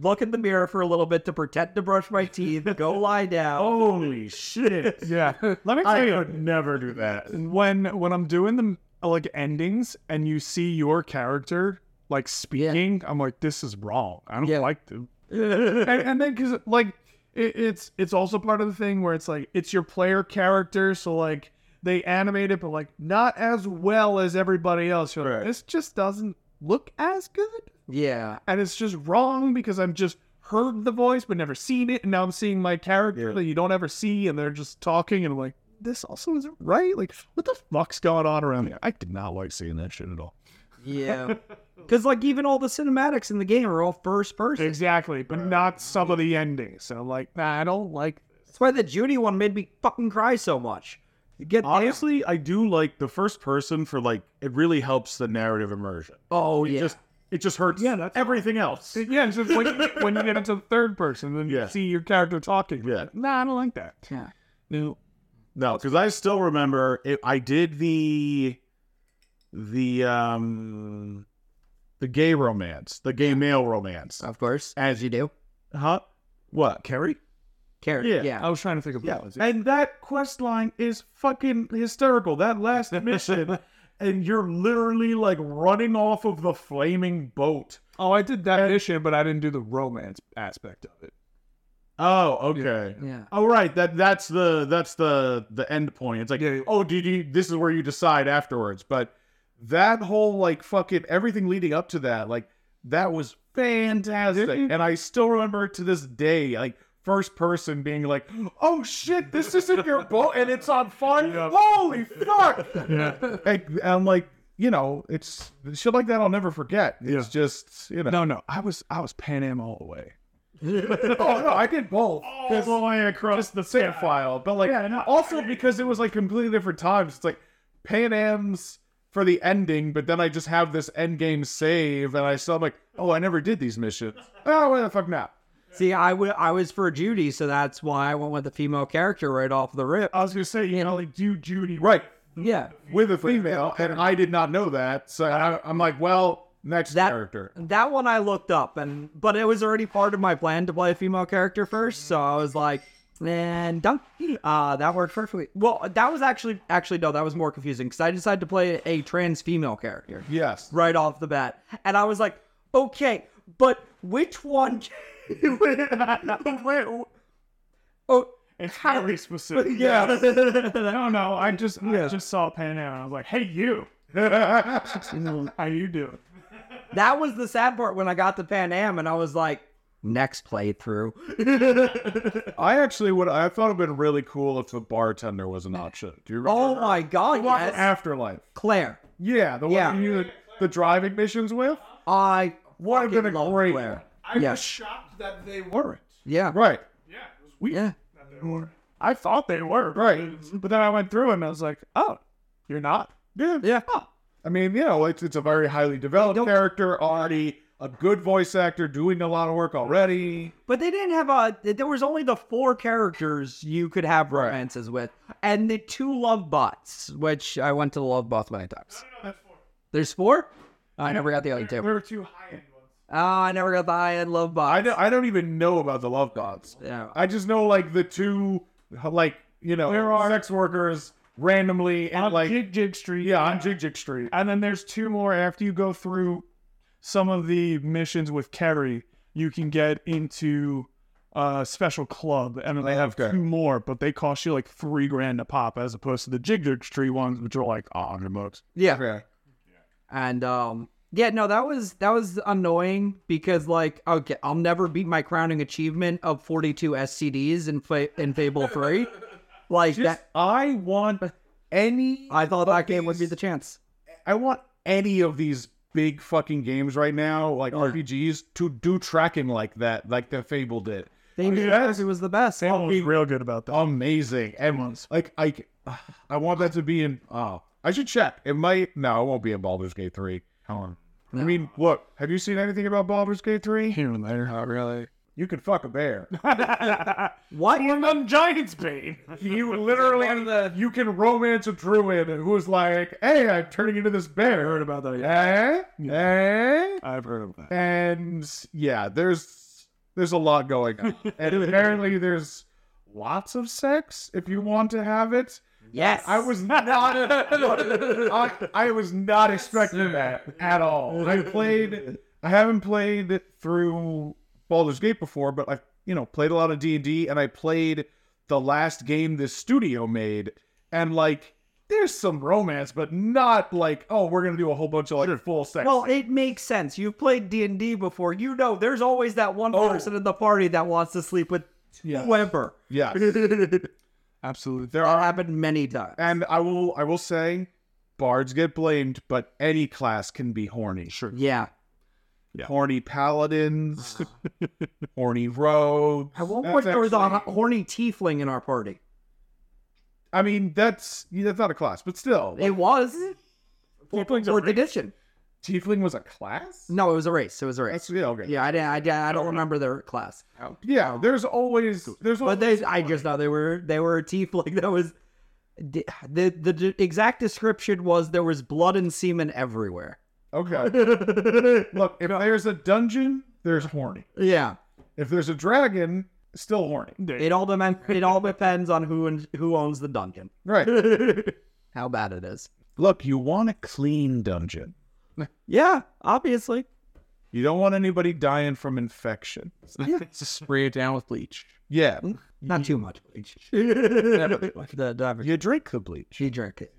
Speaker 2: look in the mirror for a little bit to pretend to brush my teeth, *laughs* go lie down.
Speaker 7: Holy shit.
Speaker 5: *laughs* yeah. Let me tell
Speaker 7: I
Speaker 5: you,
Speaker 7: could never do that.
Speaker 5: when when I'm doing the like endings and you see your character like speaking, I'm like, this is wrong. I don't
Speaker 2: Yeah.
Speaker 5: like them. and, and then because like it, it's it's also part of the thing where it's like it's your player character, so like they animate it, but like not as well as everybody else. You're like,
Speaker 7: Right.
Speaker 5: this just doesn't look as good,
Speaker 2: Yeah.
Speaker 5: and it's just wrong because I'm just heard the voice but never seen it and now i'm seeing my character
Speaker 7: Yeah.
Speaker 5: that you don't ever see and they're just talking and i'm like this also isn't right. Like, what the fuck's going on around here? I did not like seeing that shit at all.
Speaker 2: *laughs* Yeah. Because, like, even all the cinematics in the game are all first person.
Speaker 5: Exactly, but not some of the endings. So I'm like, nah, I don't like.
Speaker 2: That's why the Judy one made me fucking cry so much. Get
Speaker 7: Honestly, I do like the first person for like it really helps the narrative immersion.
Speaker 2: Oh, yeah.
Speaker 7: Just it just hurts yeah, everything else.
Speaker 5: Yeah, it's just *laughs* when, you- when you get into the third person, then
Speaker 7: Yeah.
Speaker 5: you see your character talking.
Speaker 7: Yeah.
Speaker 5: Nah, I don't like that.
Speaker 2: Yeah.
Speaker 5: No.
Speaker 7: No, because I still remember it, I did the the um the gay romance, the gay male romance.
Speaker 2: of course.
Speaker 7: As
Speaker 2: you do.
Speaker 7: Huh? What? Carrie?
Speaker 2: Carrot.
Speaker 7: Yeah.
Speaker 2: Yeah. Oh,
Speaker 5: I was trying to think of
Speaker 7: Yeah.
Speaker 5: what it was.
Speaker 7: And that quest line is fucking hysterical. That last mission. And you're literally like running off of the flaming boat.
Speaker 5: Oh, I did that mission, but I didn't do the romance aspect of *laughs* it.
Speaker 7: Oh, okay.
Speaker 2: Yeah.
Speaker 7: Oh right, that that's the that's the the end point. It's like,
Speaker 5: Yeah, yeah.
Speaker 7: oh, did you? This is where you decide afterwards. But that whole like fucking everything leading up to that, like that was fantastic,
Speaker 5: Mhm.
Speaker 7: and I still remember to this day, like first person being like, oh shit, this is in your boat and it's on fire. Holy fuck! And I'm like, you know, it's shit like that. I'll never forget. It's just you know,
Speaker 5: No, no, I was I was Pan Am all the way.
Speaker 7: oh no, I did both. All the way across the sand file, but like also because it was like completely different times. It's like Pan Am's for the ending, but then I just have this end game save, and I still I'm like, oh, I never did these missions. Oh, where the fuck now?
Speaker 2: See, I wa- I was for Judy, so that's why I went with the female character right off the rip.
Speaker 5: I was gonna say, you know, like do Judy
Speaker 7: Right.
Speaker 2: Yeah,
Speaker 7: With a female, and I did not know that. So I, I'm like, well, next
Speaker 2: That-
Speaker 7: character.
Speaker 2: that one I looked up, and but it was already part of my plan to play a female character first, so I was like, and dunk. Uh, that worked perfectly. Well, that was actually actually no, that was more confusing because I decided to play a trans female character.
Speaker 7: Yes.
Speaker 2: right off the bat. And I was like, okay, but which one? *laughs* oh,
Speaker 5: It's very *laughs* specific.
Speaker 2: yeah.
Speaker 5: I don't know. I just I just saw it pan out. and I was like, hey,
Speaker 7: *laughs*
Speaker 5: you. How you doing?
Speaker 2: that was the sad part when I got to Pan Am and I was like, next playthrough.
Speaker 7: I actually would. I thought it'd been really cool if the bartender was an option. Do you remember
Speaker 2: Oh my God, yes.
Speaker 7: Afterlife?
Speaker 2: Claire.
Speaker 7: Yeah, the one
Speaker 2: Yeah.
Speaker 7: you knew the, the driving missions with.
Speaker 2: I
Speaker 7: What have
Speaker 2: fucking
Speaker 7: been a
Speaker 2: love
Speaker 7: great-
Speaker 2: Claire.
Speaker 5: I
Speaker 2: Yeah.
Speaker 5: was shocked that they weren't.
Speaker 2: Yeah.
Speaker 7: Right.
Speaker 2: Yeah.
Speaker 5: I thought they were.
Speaker 7: Right.
Speaker 5: But then I went through and I was like, oh, you're not.
Speaker 7: Yeah.
Speaker 2: Yeah.
Speaker 7: I mean, you know, it's, it's a very highly developed character already. A good voice actor doing a lot of work already.
Speaker 2: But they didn't have a. There was only the four characters you could have romances with, and the two love bots, which I went to the love bots many times. There's four. I never got the other two.
Speaker 5: There were two high end ones.
Speaker 2: Oh, I never got the high end love
Speaker 7: I
Speaker 2: box.
Speaker 7: don't, I don't even know about the Love Gods.
Speaker 2: Yeah.
Speaker 7: I just know like the two, like you know,
Speaker 5: There are-
Speaker 7: sex workers randomly and
Speaker 5: On
Speaker 7: like
Speaker 5: Jig Jig Street.
Speaker 7: yeah on Jig Jig Street.
Speaker 5: And then there's two more after you go through some of the missions with Kerry. You can get into a special club, and they have
Speaker 7: Okay.
Speaker 5: two more, but they cost you like three grand a pop, as opposed to the Jig Jig Street ones, which are like a hundred bucks.
Speaker 2: yeah.
Speaker 7: Yeah.
Speaker 2: And um yeah, no, that was that was annoying because like okay, I'll never beat my crowning achievement of 42 SCDs in fa- in Fable 3. Like that
Speaker 7: I want any.
Speaker 2: I thought that game would be the chance.
Speaker 7: I want any of these big fucking games right now, like RPGs, to do tracking like that, like the Fable did.
Speaker 2: They knew it was the best.
Speaker 5: I was real good about that.
Speaker 7: Amazing, and like I, I want that to be in. Oh, I should check. It might. No, it won't be in Baldur's Gate three. Helen. I mean, look. Have you seen anything about Baldur's Gate three?
Speaker 5: Here and there. *laughs*
Speaker 7: Not really. You could fuck a bear.
Speaker 2: What?
Speaker 5: on Giant's Bane.
Speaker 7: you literally, you can romance a druid who's like, "Hey, I'm turning into this bear."
Speaker 5: about that.
Speaker 7: Eh? Eh?
Speaker 5: I've heard of that.
Speaker 7: and yeah, there's there's a lot going on, and apparently there's lots of sex if you want to have it.
Speaker 2: Yes.
Speaker 7: I was not I, I was not expecting that at all. I played I haven't played through Baldur's Gate before, but I've you know played a lot of D and D, and I played the last game this studio made, and like. There's some romance, but not like, oh, we're gonna do a whole bunch of like full sex.
Speaker 2: well, it makes sense. You've played D&D before. You know there's always that one
Speaker 7: Oh.
Speaker 2: person in the party that wants to sleep with whoever.
Speaker 7: yeah,
Speaker 5: Absolutely.
Speaker 7: there
Speaker 2: That
Speaker 7: are
Speaker 2: happened many times.
Speaker 7: And I will I will say bards get blamed, but any class can be horny. Sure.
Speaker 2: yeah.
Speaker 7: Horny paladins, horny rogues.
Speaker 2: At one
Speaker 7: That's
Speaker 2: point, there was a
Speaker 7: actually-
Speaker 2: ho- horny tiefling in our party.
Speaker 7: I mean, that's that's not a class, but still.
Speaker 2: It was
Speaker 5: Tieflings
Speaker 2: fourth edition.
Speaker 7: Tiefling was a class?
Speaker 2: No, it was a race. It was a race.
Speaker 7: That's yeah, okay.
Speaker 2: Yeah, I didn't. I, didn't- I don't remember their class,
Speaker 7: Yeah, there's always there's
Speaker 2: but
Speaker 7: always
Speaker 2: they. I just know they were they were a *laughs* tiefling. That was the the, the exact description was there was blood and semen everywhere. *laughs*
Speaker 7: Okay. Look, if there's a dungeon, there's horny.
Speaker 2: Yeah,
Speaker 7: If there's a dragon, still horny.
Speaker 2: it all depends. It all depends on who and who owns
Speaker 6: *laughs*
Speaker 2: the dungeon, *laughs*
Speaker 7: Right.
Speaker 2: how bad it is.
Speaker 7: Look, you want a clean dungeon.
Speaker 2: Yeah, obviously.
Speaker 7: You don't want anybody dying from infection.
Speaker 6: *laughs* Just spray it down with bleach.
Speaker 7: Yeah.
Speaker 2: Not too
Speaker 6: *laughs*
Speaker 2: much. the diver.
Speaker 7: You drink the bleach.
Speaker 2: She drank it.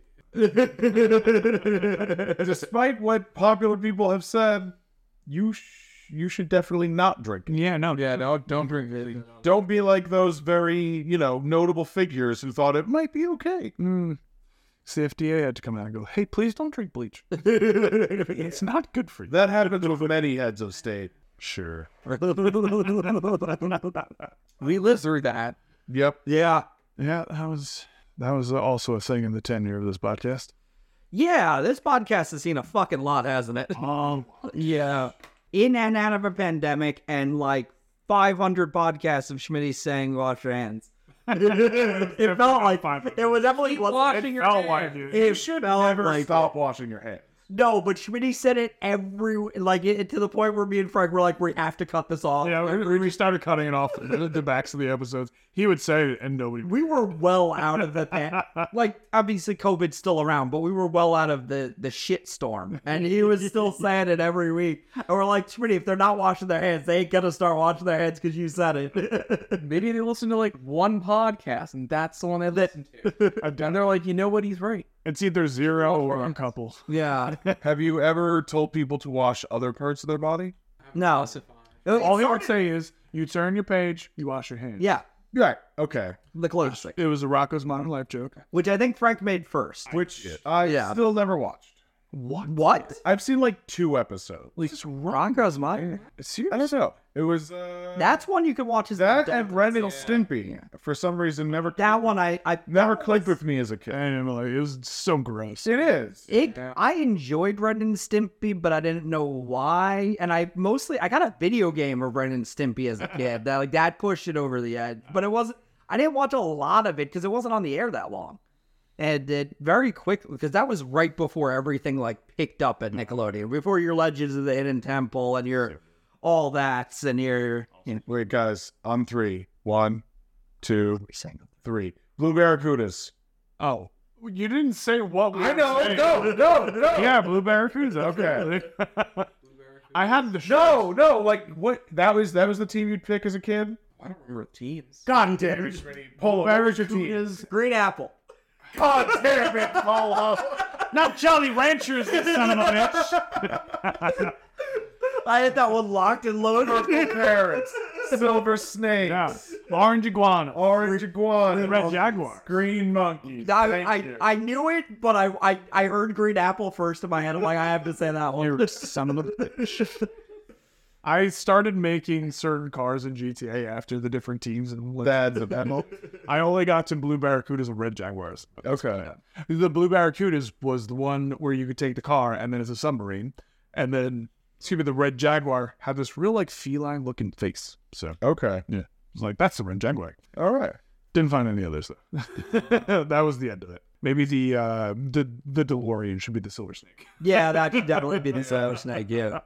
Speaker 7: Despite what popular people have said, you sh- you should definitely not drink it.
Speaker 5: Yeah, no.
Speaker 6: Yeah, no, don't drink it.
Speaker 7: Don't be like those very you know notable figures who thought it might be okay.
Speaker 5: CFDA Hmm. had to come out and go, hey, please don't drink *laughs* bleach. it's not good for you.
Speaker 7: That happens with many heads of state.
Speaker 5: *laughs* Sure.
Speaker 6: We lived through that.
Speaker 7: Yep.
Speaker 2: Yeah.
Speaker 5: Yeah, that was that was also a thing in the tenure of this podcast.
Speaker 2: Yeah, this podcast has seen a fucking lot, hasn't it?
Speaker 5: Um,
Speaker 2: Yeah. In and out of a pandemic and like 500 podcasts of Schmitty saying wash your hands. it felt like it was definitely
Speaker 6: Washing your
Speaker 5: Oh, why,
Speaker 6: hands.
Speaker 5: dude?
Speaker 2: It should never
Speaker 7: Stop washing your hands.
Speaker 2: No, but Schmitty said it every like it, to the point where me and Frank were like, we have to cut this off.
Speaker 5: Yeah, we, we started cutting it off the, the backs of the episodes. He would say it, and nobody.
Speaker 2: We were well out of the
Speaker 6: *laughs*
Speaker 2: pa- like obviously COVID's still around, but we were well out of the the shit storm, and he was
Speaker 6: *laughs*
Speaker 2: still saying it every week. And we're like, Schmitty, if they're not washing their hands, they ain't gonna start washing their hands because you said it. *laughs*
Speaker 6: Maybe they listen to like one podcast and that's the one they listen to. and they're like, you know what? He's right.
Speaker 5: It's either zero or a couple.
Speaker 6: *laughs*
Speaker 2: yeah,
Speaker 7: Have you ever told people to wash other parts of their body?
Speaker 2: no, Oh,
Speaker 5: All he would say is, "You turn your page, you wash your hands."
Speaker 2: yeah,
Speaker 7: Right. Okay.
Speaker 2: the closest thing,
Speaker 5: It was a Rocco's Modern Life joke.
Speaker 2: which I think Frank made first.
Speaker 7: Which I
Speaker 2: Yeah.
Speaker 7: still never watched.
Speaker 2: What?
Speaker 7: I've seen like two episodes.
Speaker 6: Just Ronco's mind.
Speaker 7: I don't know. It was uh,
Speaker 2: That's one you can watch as
Speaker 7: that and Ren and Stimpy. For some reason, never
Speaker 2: that one. I I
Speaker 7: never clicked with me as a kid.
Speaker 5: And I'm like, it was so gross.
Speaker 7: It is.
Speaker 2: It, I enjoyed Ren and Stimpy, but I didn't know why. And I mostly I got a video game of Ren and Stimpy as a kid. that like that pushed it over the edge. But it wasn't. I didn't watch a lot of it because it wasn't on the air that long, and it very quickly because that was right before everything like picked up at Nickelodeon. Before your Legends of the Hidden Temple and your all that's and your you know,
Speaker 7: Wait, guys, on three. One, two, three. Blue Barracudas.
Speaker 5: Oh, you didn't say what we.
Speaker 7: no, no.
Speaker 5: Yeah, Blue Barracudas. *laughs*
Speaker 7: Okay.
Speaker 5: absolutely. I had the show.
Speaker 7: No, no, like what? That was that was the team you'd pick as a kid.
Speaker 5: *laughs*
Speaker 4: I don't remember teams.
Speaker 7: God damn it, Polo. Where was your team?
Speaker 5: Is
Speaker 2: Green Apple.
Speaker 7: God damn *laughs* it, Polo.
Speaker 5: not Jolly Ranchers, you son of a bitch.
Speaker 2: I had that one locked and loaded.
Speaker 5: *laughs*
Speaker 7: *laughs* Parrots, silver snakes,
Speaker 5: Yeah, orange iguana,
Speaker 7: orange iguana,
Speaker 5: red jaguar.
Speaker 7: green monkeys.
Speaker 2: I,
Speaker 7: Thank
Speaker 2: I,
Speaker 7: you.
Speaker 2: I knew it, but I, I I heard Green Apple first in my head. I'm like, I have to say that one.
Speaker 5: Son of a bitch. I started making certain cars in GTA after the different teams and what-
Speaker 7: That's a *laughs* pedal.
Speaker 5: I only got to Blue Barracudas and Red Jaguars.
Speaker 7: Okay.
Speaker 5: The Blue Barracudas was the one where you could take the car and then it's a submarine. And then, excuse me, the Red Jaguar had this real like feline looking face. So I
Speaker 7: Okay.
Speaker 5: was like, that's the Red Jaguar.
Speaker 7: All right.
Speaker 5: Didn't find any others though. *laughs* that was the end of it. Maybe the uh, the the DeLorean should be the Silver Snake.
Speaker 2: *laughs* Yeah, that should definitely be the Silver Snake. Yeah.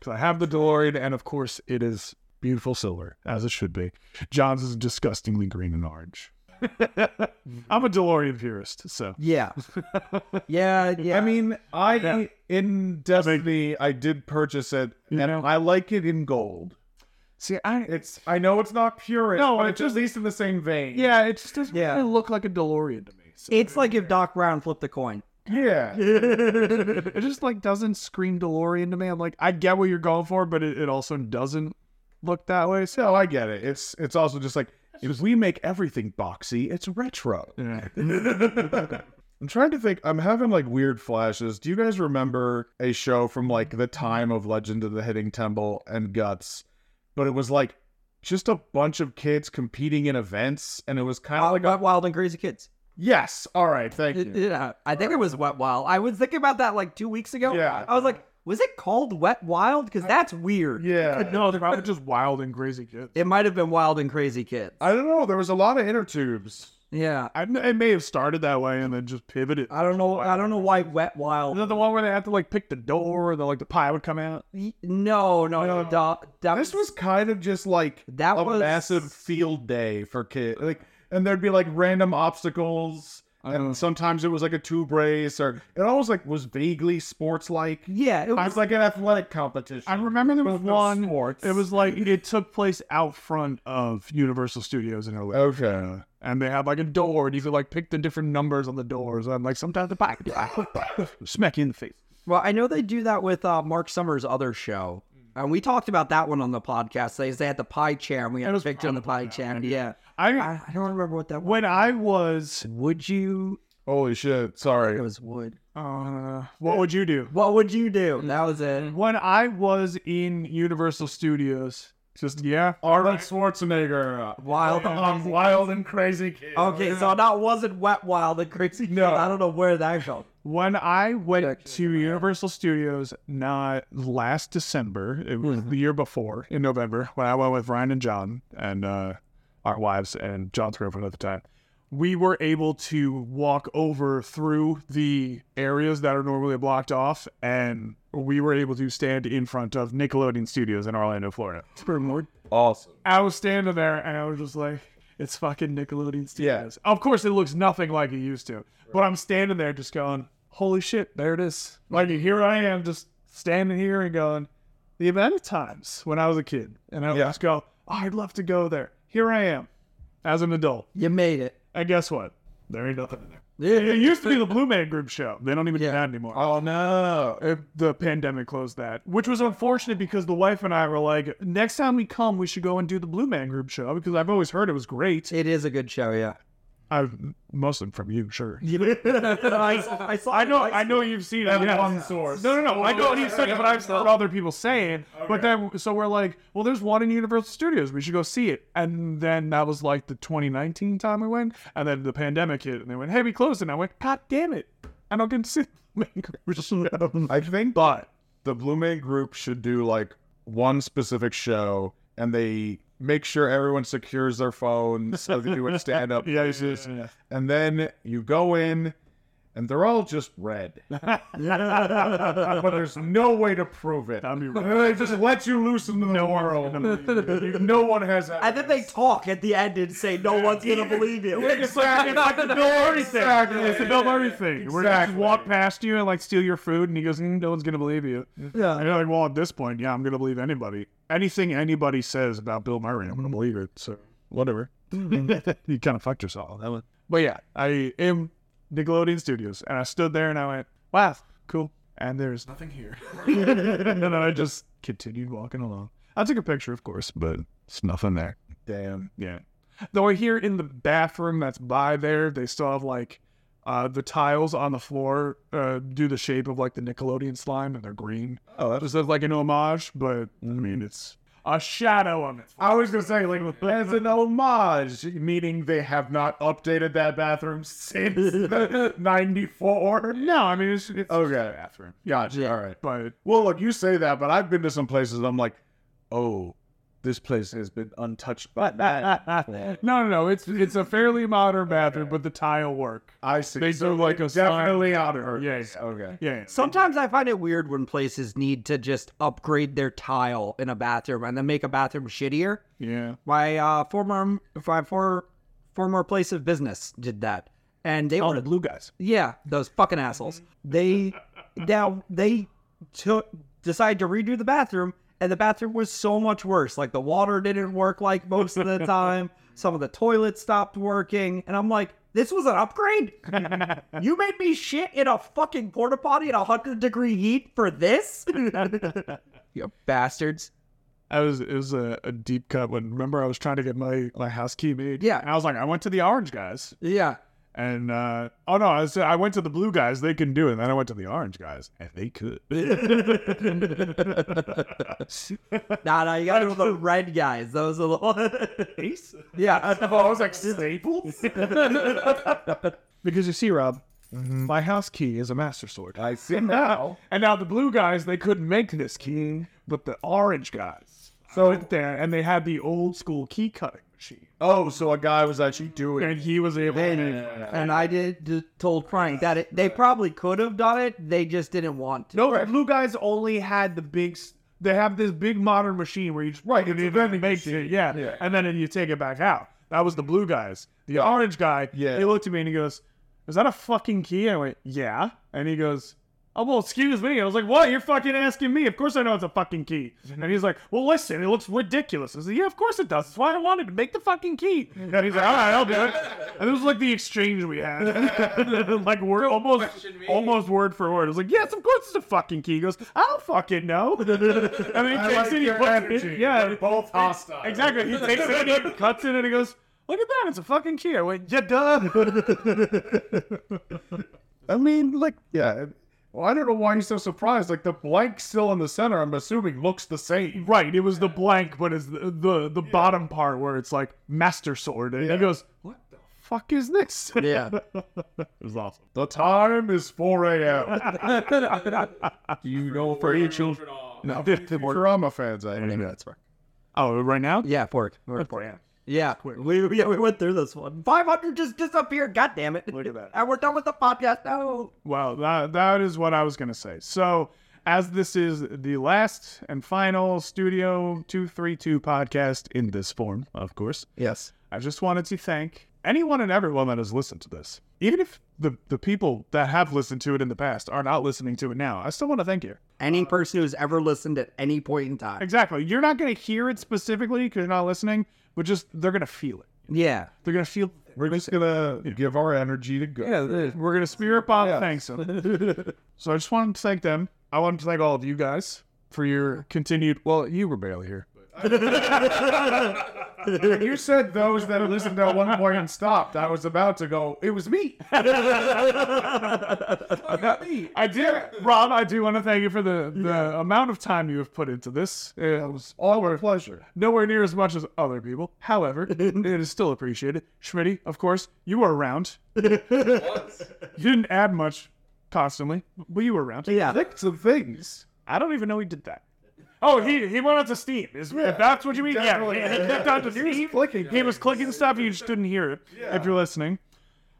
Speaker 5: Because I have the DeLorean, and of course, it is beautiful silver, as it should be. John's is disgustingly green and orange. I'm a DeLorean purist, so.
Speaker 2: Yeah. Yeah. Yeah.
Speaker 7: *laughs* I mean, I in Destiny, I did purchase it, and
Speaker 5: know.
Speaker 7: I like it in gold.
Speaker 5: See, I.
Speaker 7: It's I know it's not purist,
Speaker 5: No,
Speaker 7: but
Speaker 5: it
Speaker 7: it's at least in the same vein.
Speaker 5: Yeah, it just doesn't
Speaker 2: Yeah.
Speaker 5: really look like a DeLorean to me. So.
Speaker 2: it's like if Doc Brown flipped a coin.
Speaker 7: *laughs* yeah.
Speaker 5: It just like doesn't scream DeLorean to me. I'm like, I get what you're going for, but it, it also doesn't look that way. So
Speaker 7: No, I get it. It's it's also just like if we make everything boxy, it's retro. *laughs* I'm trying to think. I'm having like weird flashes. Do you guys remember a show from like the time of Legend of the Hitting Temple and Guts? But it was like just a bunch of kids competing in events, and it was kind of
Speaker 2: Wild,
Speaker 7: like,
Speaker 2: Wet Wild and Crazy Kids.
Speaker 7: yes, all right, thank
Speaker 2: Uh, It-
Speaker 7: you.
Speaker 2: yeah. I think it was Wet Wild. I was thinking about that like two weeks ago.
Speaker 7: Yeah.
Speaker 2: I was like, was it called Wet Wild? Because that's weird.
Speaker 7: Yeah,
Speaker 5: *laughs* no, they're probably just wild and crazy kids.
Speaker 2: It might have been Wild and Crazy Kids.
Speaker 7: I don't know. There was a lot of inner tubes.
Speaker 2: yeah.
Speaker 5: I, it may have started that way and then just pivoted.
Speaker 2: I don't know. I don't know why Wet
Speaker 5: Is
Speaker 2: Wild.
Speaker 5: that the one where they have to like pick the door, or the like the pie would come out?
Speaker 2: No, no, no. Doc, that
Speaker 7: This was kind of just like
Speaker 2: That
Speaker 7: a
Speaker 2: was-
Speaker 7: massive field day for kids. Like, and there'd be like random obstacles, and sometimes it was like a tube race, or it almost like was vaguely sports like.
Speaker 2: Yeah. It
Speaker 7: It
Speaker 2: was,
Speaker 7: was like an athletic competition.
Speaker 5: I remember there was
Speaker 7: no
Speaker 5: one.
Speaker 7: sports.
Speaker 5: It was like it took place out front of Universal Studios in LA,
Speaker 7: okay.
Speaker 5: and they had like a door, and you could like pick the different numbers on the doors, and like sometimes the back, smack you in the face.
Speaker 2: Well, I know they do that with uh, Mark Summers' other show, and we talked about that one on the podcast. They they had the pie chair, and we had
Speaker 5: was
Speaker 2: picked on the pie chair. Yeah,
Speaker 5: I
Speaker 2: I, I don't remember what that was.
Speaker 5: when I was,
Speaker 2: Would you?
Speaker 7: Holy shit!
Speaker 2: It
Speaker 7: Sorry.
Speaker 2: was would.
Speaker 5: uh, what would you do?
Speaker 2: What would you do? That was it.
Speaker 5: When I was in Universal Studios, just yeah,
Speaker 7: Arnold Schwarzenegger.
Speaker 2: *laughs* Wild.
Speaker 7: I'm wild and crazy kid.
Speaker 2: Okay, so that wasn't wet wild and crazy. No, I don't know where that go.
Speaker 5: When I went to Universal Studios not last December, it was the year before in November, when I went with Ryan and John and uh, our wives and John's girlfriend at the time, we were able to walk over through the areas that are normally blocked off, and we were able to stand in front of Nickelodeon Studios in Orlando, Florida.
Speaker 8: Awesome.
Speaker 5: I was standing there and I was just like, it's fucking Nickelodeon Studios. Of course, it looks nothing like it used to, but I'm standing there just going, holy shit, there it is. Like, here I am just standing here and going, the amount of times when I was a kid and I would
Speaker 8: Yeah.
Speaker 5: just go, oh, I'd love to go there. Here I am as an adult.
Speaker 2: You made it.
Speaker 5: And guess what? There ain't nothing in there.
Speaker 2: Yeah. *laughs*
Speaker 5: It used to be the Blue Man Group show. They don't even
Speaker 2: Yeah.
Speaker 5: do that anymore.
Speaker 7: Oh no.
Speaker 5: Uh, the pandemic closed that, which was unfortunate because the wife and I were like, next time we come, we should go and do the Blue Man Group show because I've always heard it was great.
Speaker 2: It is a good show, yeah.
Speaker 5: I've mostly from you, sure.
Speaker 2: *laughs* I, I saw.
Speaker 5: I know, I know you've seen it. Yes. One source. No, no, no. I know what you've seen it, but I've heard other people saying. But then, so we're like, well, there's one in Universal Studios. We should go see it. And then that was like the 2019 time we went, and then the pandemic hit, and they went, hey, we closed it. And I went, god damn it, I don't get to see. the Blue Man *laughs* Group show."
Speaker 7: I think
Speaker 5: But
Speaker 7: the Blue Man Group should do like one specific show and they make sure everyone secures their phone so they do a stand
Speaker 5: *laughs*
Speaker 7: up.
Speaker 5: yeah, it's just-
Speaker 7: And then you go in and they're all just red. *laughs*
Speaker 5: *laughs*
Speaker 7: but there's no way to prove it. *laughs*
Speaker 5: That'd be
Speaker 7: they just let you loose into the world. *laughs* no one has that.
Speaker 2: And then they talk at the end and say, "No one's gonna believe *laughs* you."
Speaker 5: It's like, it's like the Bill Murray thing. It's the Bill Murray thing. Where they just walk past you and like steal your food, and he goes, "Mm, "No one's gonna believe you."
Speaker 2: Yeah. *laughs*
Speaker 5: And you're like, "Well, at this point, yeah, I'm gonna believe anybody. Anything anybody says about Bill Murray, I'm gonna believe it." So whatever. *laughs* you kind of fucked yourself. Mm-hmm. Oh, That was- But yeah, I am Nickelodeon Studios, and I stood there and I went, "Wow, cool." And there's nothing here. *laughs* and then I just continued walking along. I took a picture, of course, but it's nothing there.
Speaker 7: Damn.
Speaker 5: Yeah. Though I hear in the bathroom that's by there, they still have like uh, the tiles on the floor uh, do the shape of like the Nickelodeon slime and they're green.
Speaker 7: Oh, that
Speaker 5: Just as like an homage, but I mean, it's a shadow on it.
Speaker 7: I was gonna say, like, as an homage, meaning they have not updated that bathroom since
Speaker 5: *laughs*
Speaker 7: '94.
Speaker 5: No, I mean, it's, it's
Speaker 7: Okay, bathroom. Gotcha. All right. *laughs*
Speaker 5: but
Speaker 7: Well, look, you say that, but I've been to some places. and I'm like, oh, this place has been untouched by that.
Speaker 5: no, no, no. It's it's a fairly modern bathroom, but the tile work.
Speaker 7: I see.
Speaker 5: They do like a
Speaker 7: definitely on her.
Speaker 5: Yes.
Speaker 7: Okay.
Speaker 5: Yeah. yeah.
Speaker 2: Sometimes I find it weird when places need to just upgrade their tile in a bathroom and then make a bathroom shittier.
Speaker 5: yeah.
Speaker 2: My uh, former my for, former place of business did that, and they
Speaker 5: Oh,
Speaker 2: were
Speaker 5: the blue guys.
Speaker 2: yeah those fucking assholes. They now they took decided to redo the bathroom, and the bathroom was so much worse. Like the water didn't work like most
Speaker 5: *laughs*
Speaker 2: of the time. Some of the toilets stopped working, and I'm like, this was an upgrade. You made me shit in a fucking porta potty in a hundred degree heat for
Speaker 5: *laughs*
Speaker 2: this? you bastards.
Speaker 5: I was it was a, a deep cut when remember I was trying to get my my house key made.
Speaker 2: Yeah.
Speaker 5: And I was like, I went to the orange guys.
Speaker 2: Yeah.
Speaker 5: And uh, oh no, I, was, I went to the blue guys; they can do it. And then I went to the orange guys, and they could.
Speaker 2: Nah, nah, you gotta go with
Speaker 5: *laughs*
Speaker 2: the red guys. Those are the Yeah.
Speaker 5: I was like staples. because you see, Rob, my house key is a master sword,
Speaker 7: I see now.
Speaker 5: *laughs* and Mm-hmm. now the blue guys they couldn't make this key, but the orange guys. So it's there, and they had the old school key cutting machine,
Speaker 7: Oh, so a guy was actually doing.
Speaker 5: and he was able. to make
Speaker 2: And I did d- told Frank that it, they probably could have done it. They just didn't want to.
Speaker 5: No, the blue guys only had the big. s- They have this big modern machine where you just right, and then make it, yeah,
Speaker 7: Yeah.
Speaker 5: and then you take it back out. That was the blue guys. The orange guy,
Speaker 7: Yeah.
Speaker 5: he looked at me and he goes, "Is that a fucking key?" I went, "Yeah," and he goes. Oh well, excuse me. I was like, "What? You're fucking asking me? Of course I know it's a fucking key." And he's like, "Well, listen, it looks ridiculous." I said, "Yeah, of course it does. That's why I wanted to make the fucking key." And he's like, "All right, I'll do it." And it was like the exchange we had, *laughs* like we're almost
Speaker 4: question me.
Speaker 5: almost word for word. I was like, yes, of course it's a fucking key. He goes, I don't fucking know. *laughs* and then he takes it, he puts it, yeah,
Speaker 7: both hostile.
Speaker 5: exactly. He takes it, and he *laughs* cuts it, and he goes, look at that, it's a fucking key. I went, yeah, duh.
Speaker 7: *laughs* I mean, like, yeah. Well, I don't know why you're so surprised. Like the blank still in the center, I'm assuming looks the same.
Speaker 5: right, it was the blank, but it's the the, the bottom part where it's like master sword, and he goes, what fuck is this?
Speaker 7: Yeah.
Speaker 5: *laughs* It was awesome.
Speaker 7: The time is 4 a.m.
Speaker 5: *laughs* you know, for your children.
Speaker 7: *laughs* no, Futurama fans, I think that's right.
Speaker 5: *laughs* Oh, right now?
Speaker 2: Yeah, for it. For it. Yeah, we, we- yeah, we went through this one. 500 just disappeared. God damn it.
Speaker 5: Look at that.
Speaker 2: *laughs* And we're done with the podcast. No.
Speaker 5: Well, that, that is what I was going to say. So, as this is the last and final Studio 232 podcast in this form, of course,
Speaker 7: Yes.
Speaker 5: I just wanted to thank anyone and everyone that has listened to this. Even if the, the people that have listened to it in the past are not listening to it now, I still want to thank you.
Speaker 2: Any person who's ever listened at any point in time.
Speaker 5: Exactly. You're not going to hear it specifically because you're not listening, but just they're going to feel it.
Speaker 2: Yeah.
Speaker 5: They're going to feel.
Speaker 7: We're just going to give our energy to go.
Speaker 5: We're going to spirit bomb thanks
Speaker 7: *laughs*
Speaker 5: them. so I just wanted to thank them. I wanted to thank all of you guys for your continued. Well, you were barely here. *laughs*
Speaker 7: You said those that listened at one point and stopped. I was about to go, it
Speaker 5: *laughs*
Speaker 7: was me.
Speaker 5: I did, Rob. I do want to thank you for the, the amount of time you have put into this. It was all
Speaker 7: Our pleasure.
Speaker 5: nowhere near as much as other people.
Speaker 7: *laughs*
Speaker 5: However, it is still appreciated. Schmitty, of course, you were
Speaker 7: *laughs*
Speaker 5: around. you didn't add much constantly, but you were around.
Speaker 2: Yeah.
Speaker 7: Pick some things.
Speaker 5: I don't even know he did that. Oh, he he went on to Steam. Is, If that's what you mean, yeah.
Speaker 7: definitely.
Speaker 5: He clicked onto Steam.
Speaker 7: clicking
Speaker 5: he was clicking stuff. You just didn't hear it if you're listening.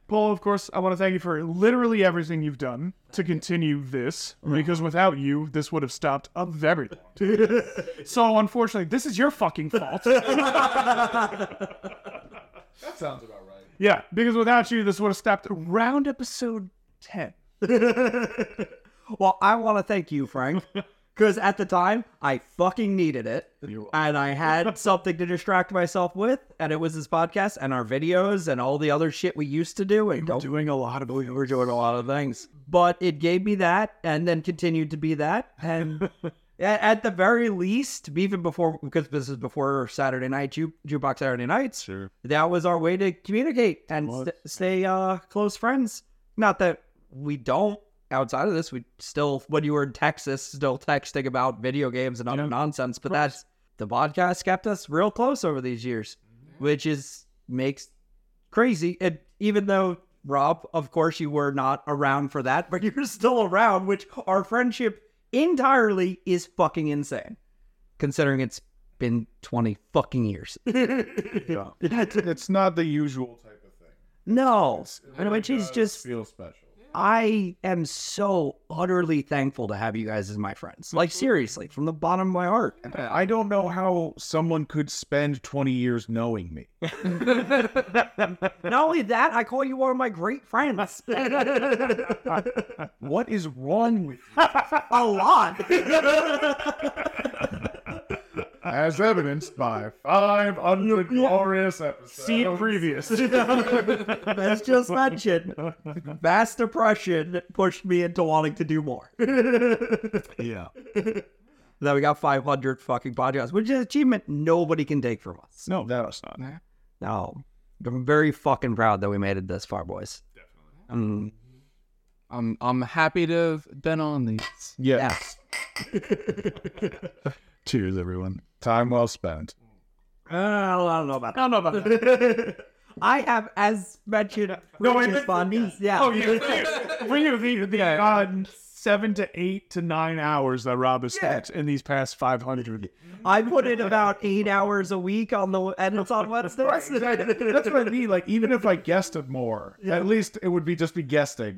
Speaker 5: Paul, of course, I want to thank you for literally everything you've done to continue this, because without you, this would have stopped a very long.
Speaker 7: *laughs*
Speaker 5: time. so unfortunately, this is your fucking fault.
Speaker 7: That sounds about right.
Speaker 5: yeah, because without you, this would have stopped around episode ten.
Speaker 2: *laughs* Well, I want to thank you, *laughs* Frank, because at the time I fucking needed it, *laughs* and I had something to distract myself with, and it was this podcast and our videos and all the other shit we used to do. And don't-
Speaker 5: Doing a lot of
Speaker 2: we were doing a lot of things, but it gave me that, and then continued to be that, *laughs* and. a- At the very least, even before, because this is before Saturday night, Ju- jukebox Saturday nights,
Speaker 7: Sure.
Speaker 2: that was our way to communicate and st- stay uh, close friends. Not that we don't outside of this. We still, when you were in Texas, still texting about video games and other nonsense. But that's the podcast kept us real close over these years, which is makes crazy. And even though Rob, of course, you were not around for that, but *laughs* you're still around, which our friendship entirely is fucking insane, considering it's been 20 fucking years.
Speaker 7: It's not the usual type of thing.
Speaker 2: No. And which is just
Speaker 7: Feel special.
Speaker 2: I am so utterly thankful to have you guys as my friends. Like seriously, from the bottom of my heart.
Speaker 7: I don't know how someone could spend 20 years knowing me.
Speaker 2: Not only that, I call you one of my great friends.
Speaker 7: What is wrong with you?
Speaker 2: A lot.
Speaker 7: As evidenced by *laughs* 500 glorious episodes.
Speaker 5: see it
Speaker 7: *laughs*
Speaker 5: previous.
Speaker 2: That's just mentioned. Vast depression pushed me into wanting to do more.
Speaker 7: Yeah.
Speaker 2: Now we got 500 fucking podcasts, which is an achievement nobody can take from us.
Speaker 5: no, that was not.
Speaker 2: No. I'm very fucking proud that we made it this far, boys. Definitely. Um,
Speaker 6: I'm I'm happy to have been on these.
Speaker 7: Yeah.
Speaker 2: yeah.
Speaker 7: *laughs* Cheers, everyone. Time well spent.
Speaker 2: Uh, I don't- I don't know about that.
Speaker 5: I don't know about that.
Speaker 2: I have, as mentioned, Richard Bundy's. Yeah.
Speaker 5: Oh,
Speaker 7: *laughs*
Speaker 5: yeah. Were you the, the uh, seven to eight to nine hours that Rob has spent in these past 500?
Speaker 2: *laughs* I put in about eight hours a week on the, and it's on
Speaker 5: *laughs*
Speaker 2: Wednesdays.
Speaker 7: That's what I mean. Like, even if I guessed it more, at least it would be just
Speaker 5: *laughs*
Speaker 7: be guessing.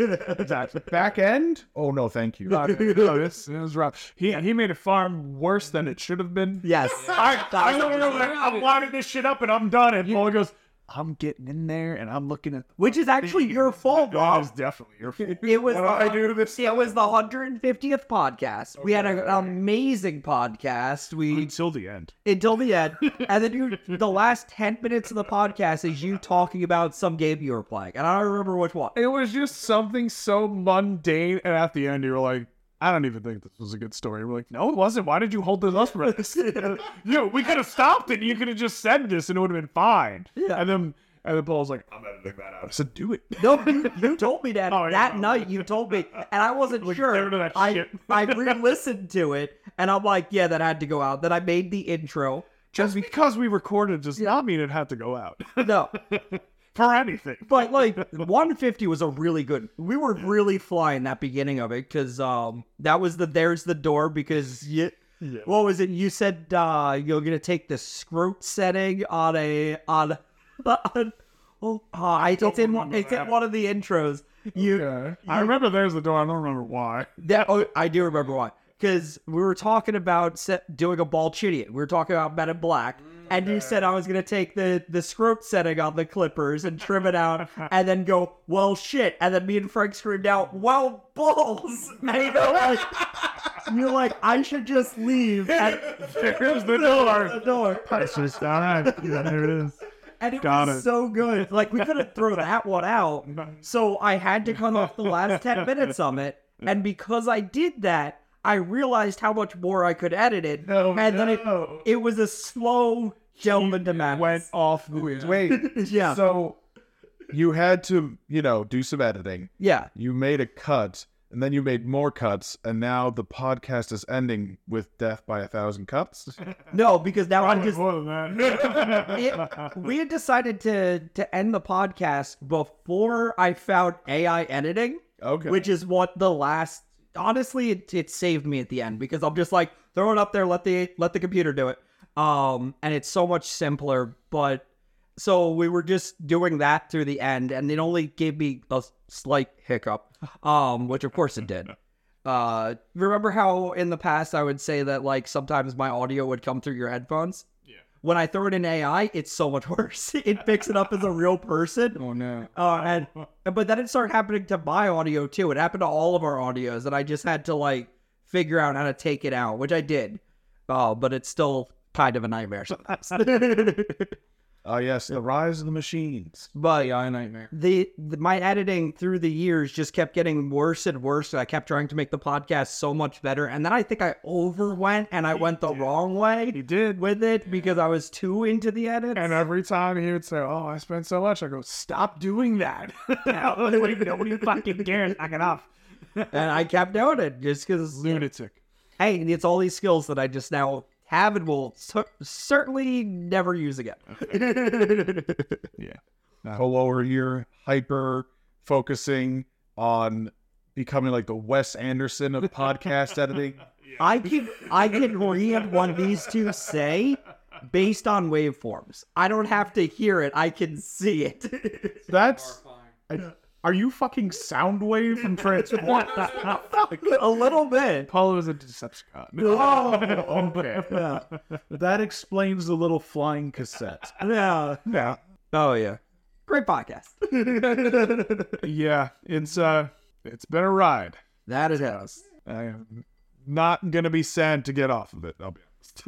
Speaker 7: exactly. Back end? Oh, no, thank you.
Speaker 5: Uh, no, this is Rob. He, he made it far worse than it should have been.
Speaker 2: Yes.
Speaker 5: *laughs* I, I, went over there, I'm lining this shit up and I'm done. And Paul goes, I'm getting in there and I'm looking at.
Speaker 2: Which is actually your fault.
Speaker 5: That was definitely *laughs* your fault.
Speaker 2: It was.
Speaker 7: What do I do to this?
Speaker 2: It was the 150th podcast. We had an amazing podcast. We
Speaker 5: Until the end.
Speaker 2: until the end, and then you, the last 10 minutes of the podcast is you talking about some game you were playing, and I don't remember which one.
Speaker 5: It was just something so mundane. And at the end, you were like, I don't even think this was a good story. We're like, no, it wasn't. Why did you hold this up
Speaker 2: *laughs*
Speaker 5: for us? *laughs* Yo, we could have stopped it. You could have just said this and it would have been fine.
Speaker 2: Yeah.
Speaker 5: And then, and then Paul's like, I'm editing that out. I said, do it. *laughs*
Speaker 2: No, *laughs* you, you told me that
Speaker 5: Oh, yeah.
Speaker 2: that night. You told me, and I wasn't sure.
Speaker 5: get rid of that
Speaker 2: I
Speaker 5: shit.
Speaker 2: I re-listened to it, and I'm like, yeah, that had to go out. Then I made the intro. *laughs*
Speaker 5: Just because we recorded does not mean it had to go out.
Speaker 2: No,
Speaker 5: *laughs* for anything. *laughs*
Speaker 2: But like 150 was a really good. We were really flying that beginning of it because um that was the there's the door because you, what was it you said uh you're gonna take the scrote setting on a on, *laughs* on oh uh, I it's in one it's in one of the intros you
Speaker 5: I remember there's the door. I don't
Speaker 2: *laughs*
Speaker 5: remember why.
Speaker 2: that oh, I do remember why. Because we were talking about set, doing a ball chitty. We were talking about Men in
Speaker 5: Mm,
Speaker 2: Black, and you said I was gonna take the the scrope setting on the clippers and trim it
Speaker 5: *laughs*
Speaker 2: out, and then go well shit, and then me and Frank screamed out well balls, *laughs* and you know, like, you're like I should just
Speaker 5: *laughs*
Speaker 2: leave. And,
Speaker 5: There's the door.
Speaker 2: door.
Speaker 5: That's just all right. *laughs* There it is.
Speaker 2: and it
Speaker 5: Got
Speaker 2: was
Speaker 5: it.
Speaker 2: so good. Like we couldn't throw
Speaker 5: *laughs*
Speaker 2: that one out. So I had to cut off the last ten
Speaker 5: *laughs*
Speaker 2: minutes of it. And because I did that, I realized how much more I could edit it. and then
Speaker 5: no.
Speaker 2: it it was a slow gentleman to madness.
Speaker 5: Went off the
Speaker 7: Wait.
Speaker 2: yeah.
Speaker 7: So you had to, you know, do some editing.
Speaker 2: yeah.
Speaker 7: You made a cut, and then you made more cuts, and now the podcast is ending with death by a thousand
Speaker 6: *laughs*
Speaker 7: cuts.
Speaker 2: No, because now I'm just
Speaker 5: More than that. *laughs*
Speaker 2: it, we had decided to to end the podcast before I found AI editing.
Speaker 7: Okay.
Speaker 2: Which is what the last honestly it, it saved me at the end because I'm just like throw it up there, let the let the computer do it. Um and it's so much simpler, but so we were just doing that through the end and it only gave me a slight hiccup. Um which of course it *laughs* did. Uh remember how in the past I would say that like sometimes my audio would come through your headphones? when I throw it in AI, it's so much *laughs* worse. It picks it up as a real person. Oh no! Uh, and but then it started happening to my audio too. It happened to all of our audios, and I just had to like figure out how to take it out, which I did. Oh, but it's still kind of a nightmare sometimes. *laughs*
Speaker 7: Ah, yes, the rise of the machines.
Speaker 2: but yeah, nightmare. The, the my editing through the years just kept getting worse and worse, and I kept trying to make the podcast so much better. And then I think I overwent, and I went the wrong way.
Speaker 5: He did.
Speaker 2: With it because I was too into the edit.
Speaker 5: And every time he would say, "Oh, I spent so much," I go, "Stop doing that." *laughs* Nobody fucking cares. Knock it off.
Speaker 2: and I kept doing it just because.
Speaker 5: Lunatic.
Speaker 2: Hey, it's all these skills that I just now have and will cer- certainly never use again.
Speaker 7: Hello, or you're hyper focusing on becoming like the Wes Anderson of
Speaker 6: *laughs*
Speaker 7: podcast editing.
Speaker 2: I can I can read what these two say based on waveforms. I don't have to hear it; I can see it. *laughs*
Speaker 7: That's. I- are you fucking Soundwave from Transformers?
Speaker 2: a little bit.
Speaker 5: Paulo is a Decepticon. *laughs*
Speaker 7: oh, okay. That explains the little flying cassette.
Speaker 2: Yeah.
Speaker 5: *laughs* Yeah.
Speaker 2: Oh yeah. Great
Speaker 5: *laughs*
Speaker 2: podcast.
Speaker 5: Yeah. It's uh, it's been a ride.
Speaker 2: That is us.
Speaker 5: I am not gonna be sad to get off of it. I'll be honest.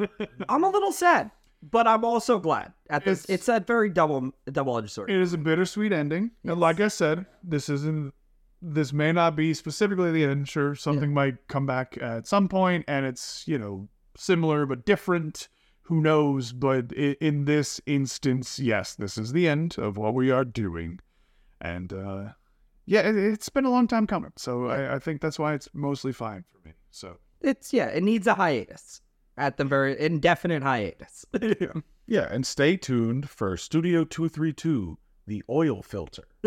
Speaker 2: I'm a little sad, but I'm also glad at this.
Speaker 5: It's-
Speaker 2: It's, a very double double edged sword.
Speaker 5: It is a bittersweet ending, and like I said, this isn't. This may not be specifically the end. Sure, something might come back at some point, and it's you know similar but different. Who knows? But i in this instance, yes, this is the end of what we are doing, and uh, yeah, it, it's been a long time coming. So I, I think that's why it's mostly fine for me. So
Speaker 2: it's yeah, it needs a hiatus at the very indefinite hiatus. *laughs*
Speaker 7: Yeah, and stay tuned for Studio 232, the oil filter.
Speaker 5: *laughs*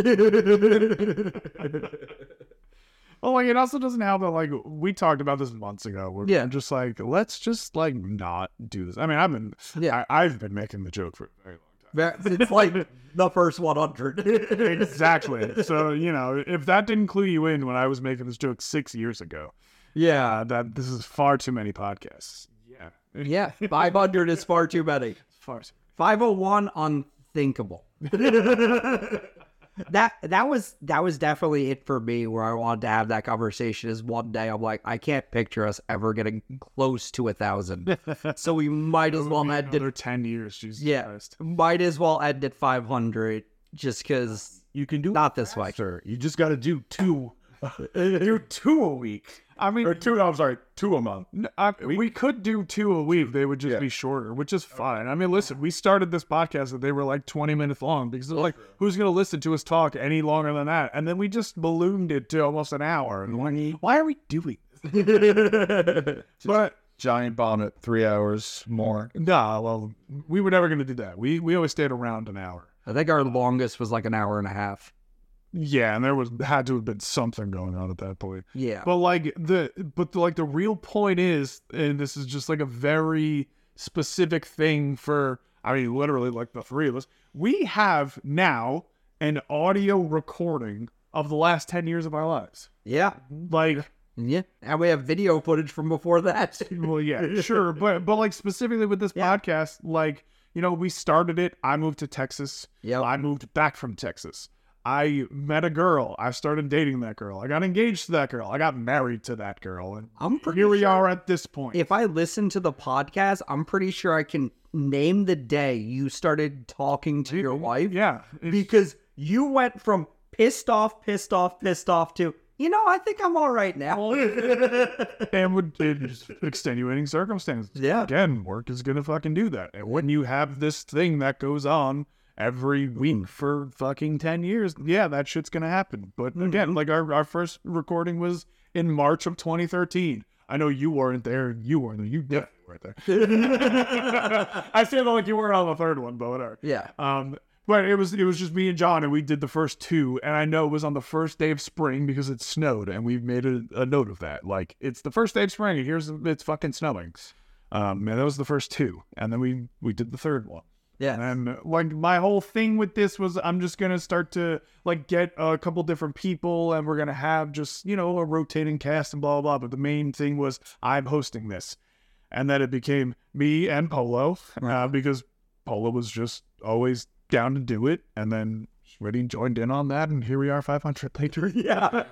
Speaker 5: Oh, like it also doesn't help that like we talked about this months ago. We're
Speaker 2: Yeah.
Speaker 5: just like let's just like not do this. I mean, I've been
Speaker 2: Yeah.
Speaker 5: I, I've been making the joke for a very long time.
Speaker 2: Ver- it's like the first 100.
Speaker 5: Exactly. so you know, if that didn't clue you in when I was making this joke six years ago,
Speaker 2: *laughs* yeah.
Speaker 5: uh, that this is far too many podcasts.
Speaker 2: Yeah. 500 is far too many.
Speaker 5: Far too.
Speaker 2: 501 unthinkable. *laughs* that that was that was definitely it for me where I wanted to have that conversation is one day I'm like I can't picture us ever getting close to a thousand so we might as well end
Speaker 5: Another
Speaker 2: it
Speaker 5: ten years. Jesus
Speaker 2: yeah
Speaker 5: Christ.
Speaker 2: might as well end at 500 just because
Speaker 7: You can do it
Speaker 2: Not this way.
Speaker 7: faster. You just got to do *laughs* two. do two a week.
Speaker 5: I mean,
Speaker 7: Or two, I'm sorry, two a month.
Speaker 5: No, I, we, could do two a week. They would just
Speaker 7: Yeah.
Speaker 5: be shorter, which is fine. I mean, listen, we started this podcast and they were like 20 minutes long because they're like, who's going to listen to us talk any longer than that? And then we just ballooned it to almost an hour. And we're
Speaker 7: Mm-hmm.
Speaker 5: like, why are we doing
Speaker 7: *laughs*
Speaker 5: this? but
Speaker 7: Giant bomb at three hours more.
Speaker 5: nah, well, we were never going to do that. We we always stayed around an hour.
Speaker 2: I think our longest was like an hour and a half.
Speaker 5: Yeah, and there was had to have been something going on at that point.
Speaker 2: Yeah.
Speaker 5: But like the but like the real point is, and this is just like a very specific thing for I mean literally like the three of us. We have now an audio recording of the last ten years of our lives.
Speaker 2: yeah.
Speaker 5: Like
Speaker 2: Yeah. And we have video footage from before that. *laughs*
Speaker 5: well yeah sure but but like specifically with this podcast like you know we started it i moved to texas
Speaker 2: Yep.
Speaker 5: i moved back from texas i met a girl i started dating that girl i got engaged to that girl i got married to that girl and
Speaker 2: I'm pretty
Speaker 5: here we
Speaker 2: sure
Speaker 5: are at this point
Speaker 2: If I listen to the podcast, I'm pretty sure I can name the day you started talking to your wife.
Speaker 5: yeah it's-
Speaker 2: Because you went from pissed off, pissed off, pissed off to, you know, I think I'm all right
Speaker 5: *laughs*
Speaker 2: now.
Speaker 5: and would it's extenuating circumstances
Speaker 2: Yeah.
Speaker 5: again work is gonna fucking do that and when you have this thing that goes on every week for fucking 10 years yeah that shit's gonna happen but again like our, our first recording was in march of 2013 i know you weren't there you weren't there you definitely weren't there *laughs* i say that like you weren't on the third one but whatever
Speaker 2: Yeah.
Speaker 5: um, but it was it was just me and John, and we did the first two. And I know it was on the first day of spring because it snowed, and we've made a, a note of that. Like it's the first day of spring, and here's it's fucking snowing. Um, and that was the first two, and then we we did the third one.
Speaker 2: Yeah.
Speaker 5: And like my whole thing with this was I'm just gonna start to like get a couple different people and we're gonna have just, you know, a rotating cast and blah blah blah. But the main thing was I'm hosting this. And then it became me and Polo. *laughs* Uh, because Polo was just always down to do it and then Ready joined in on that and here we are five hundred *laughs* later.
Speaker 2: Yeah.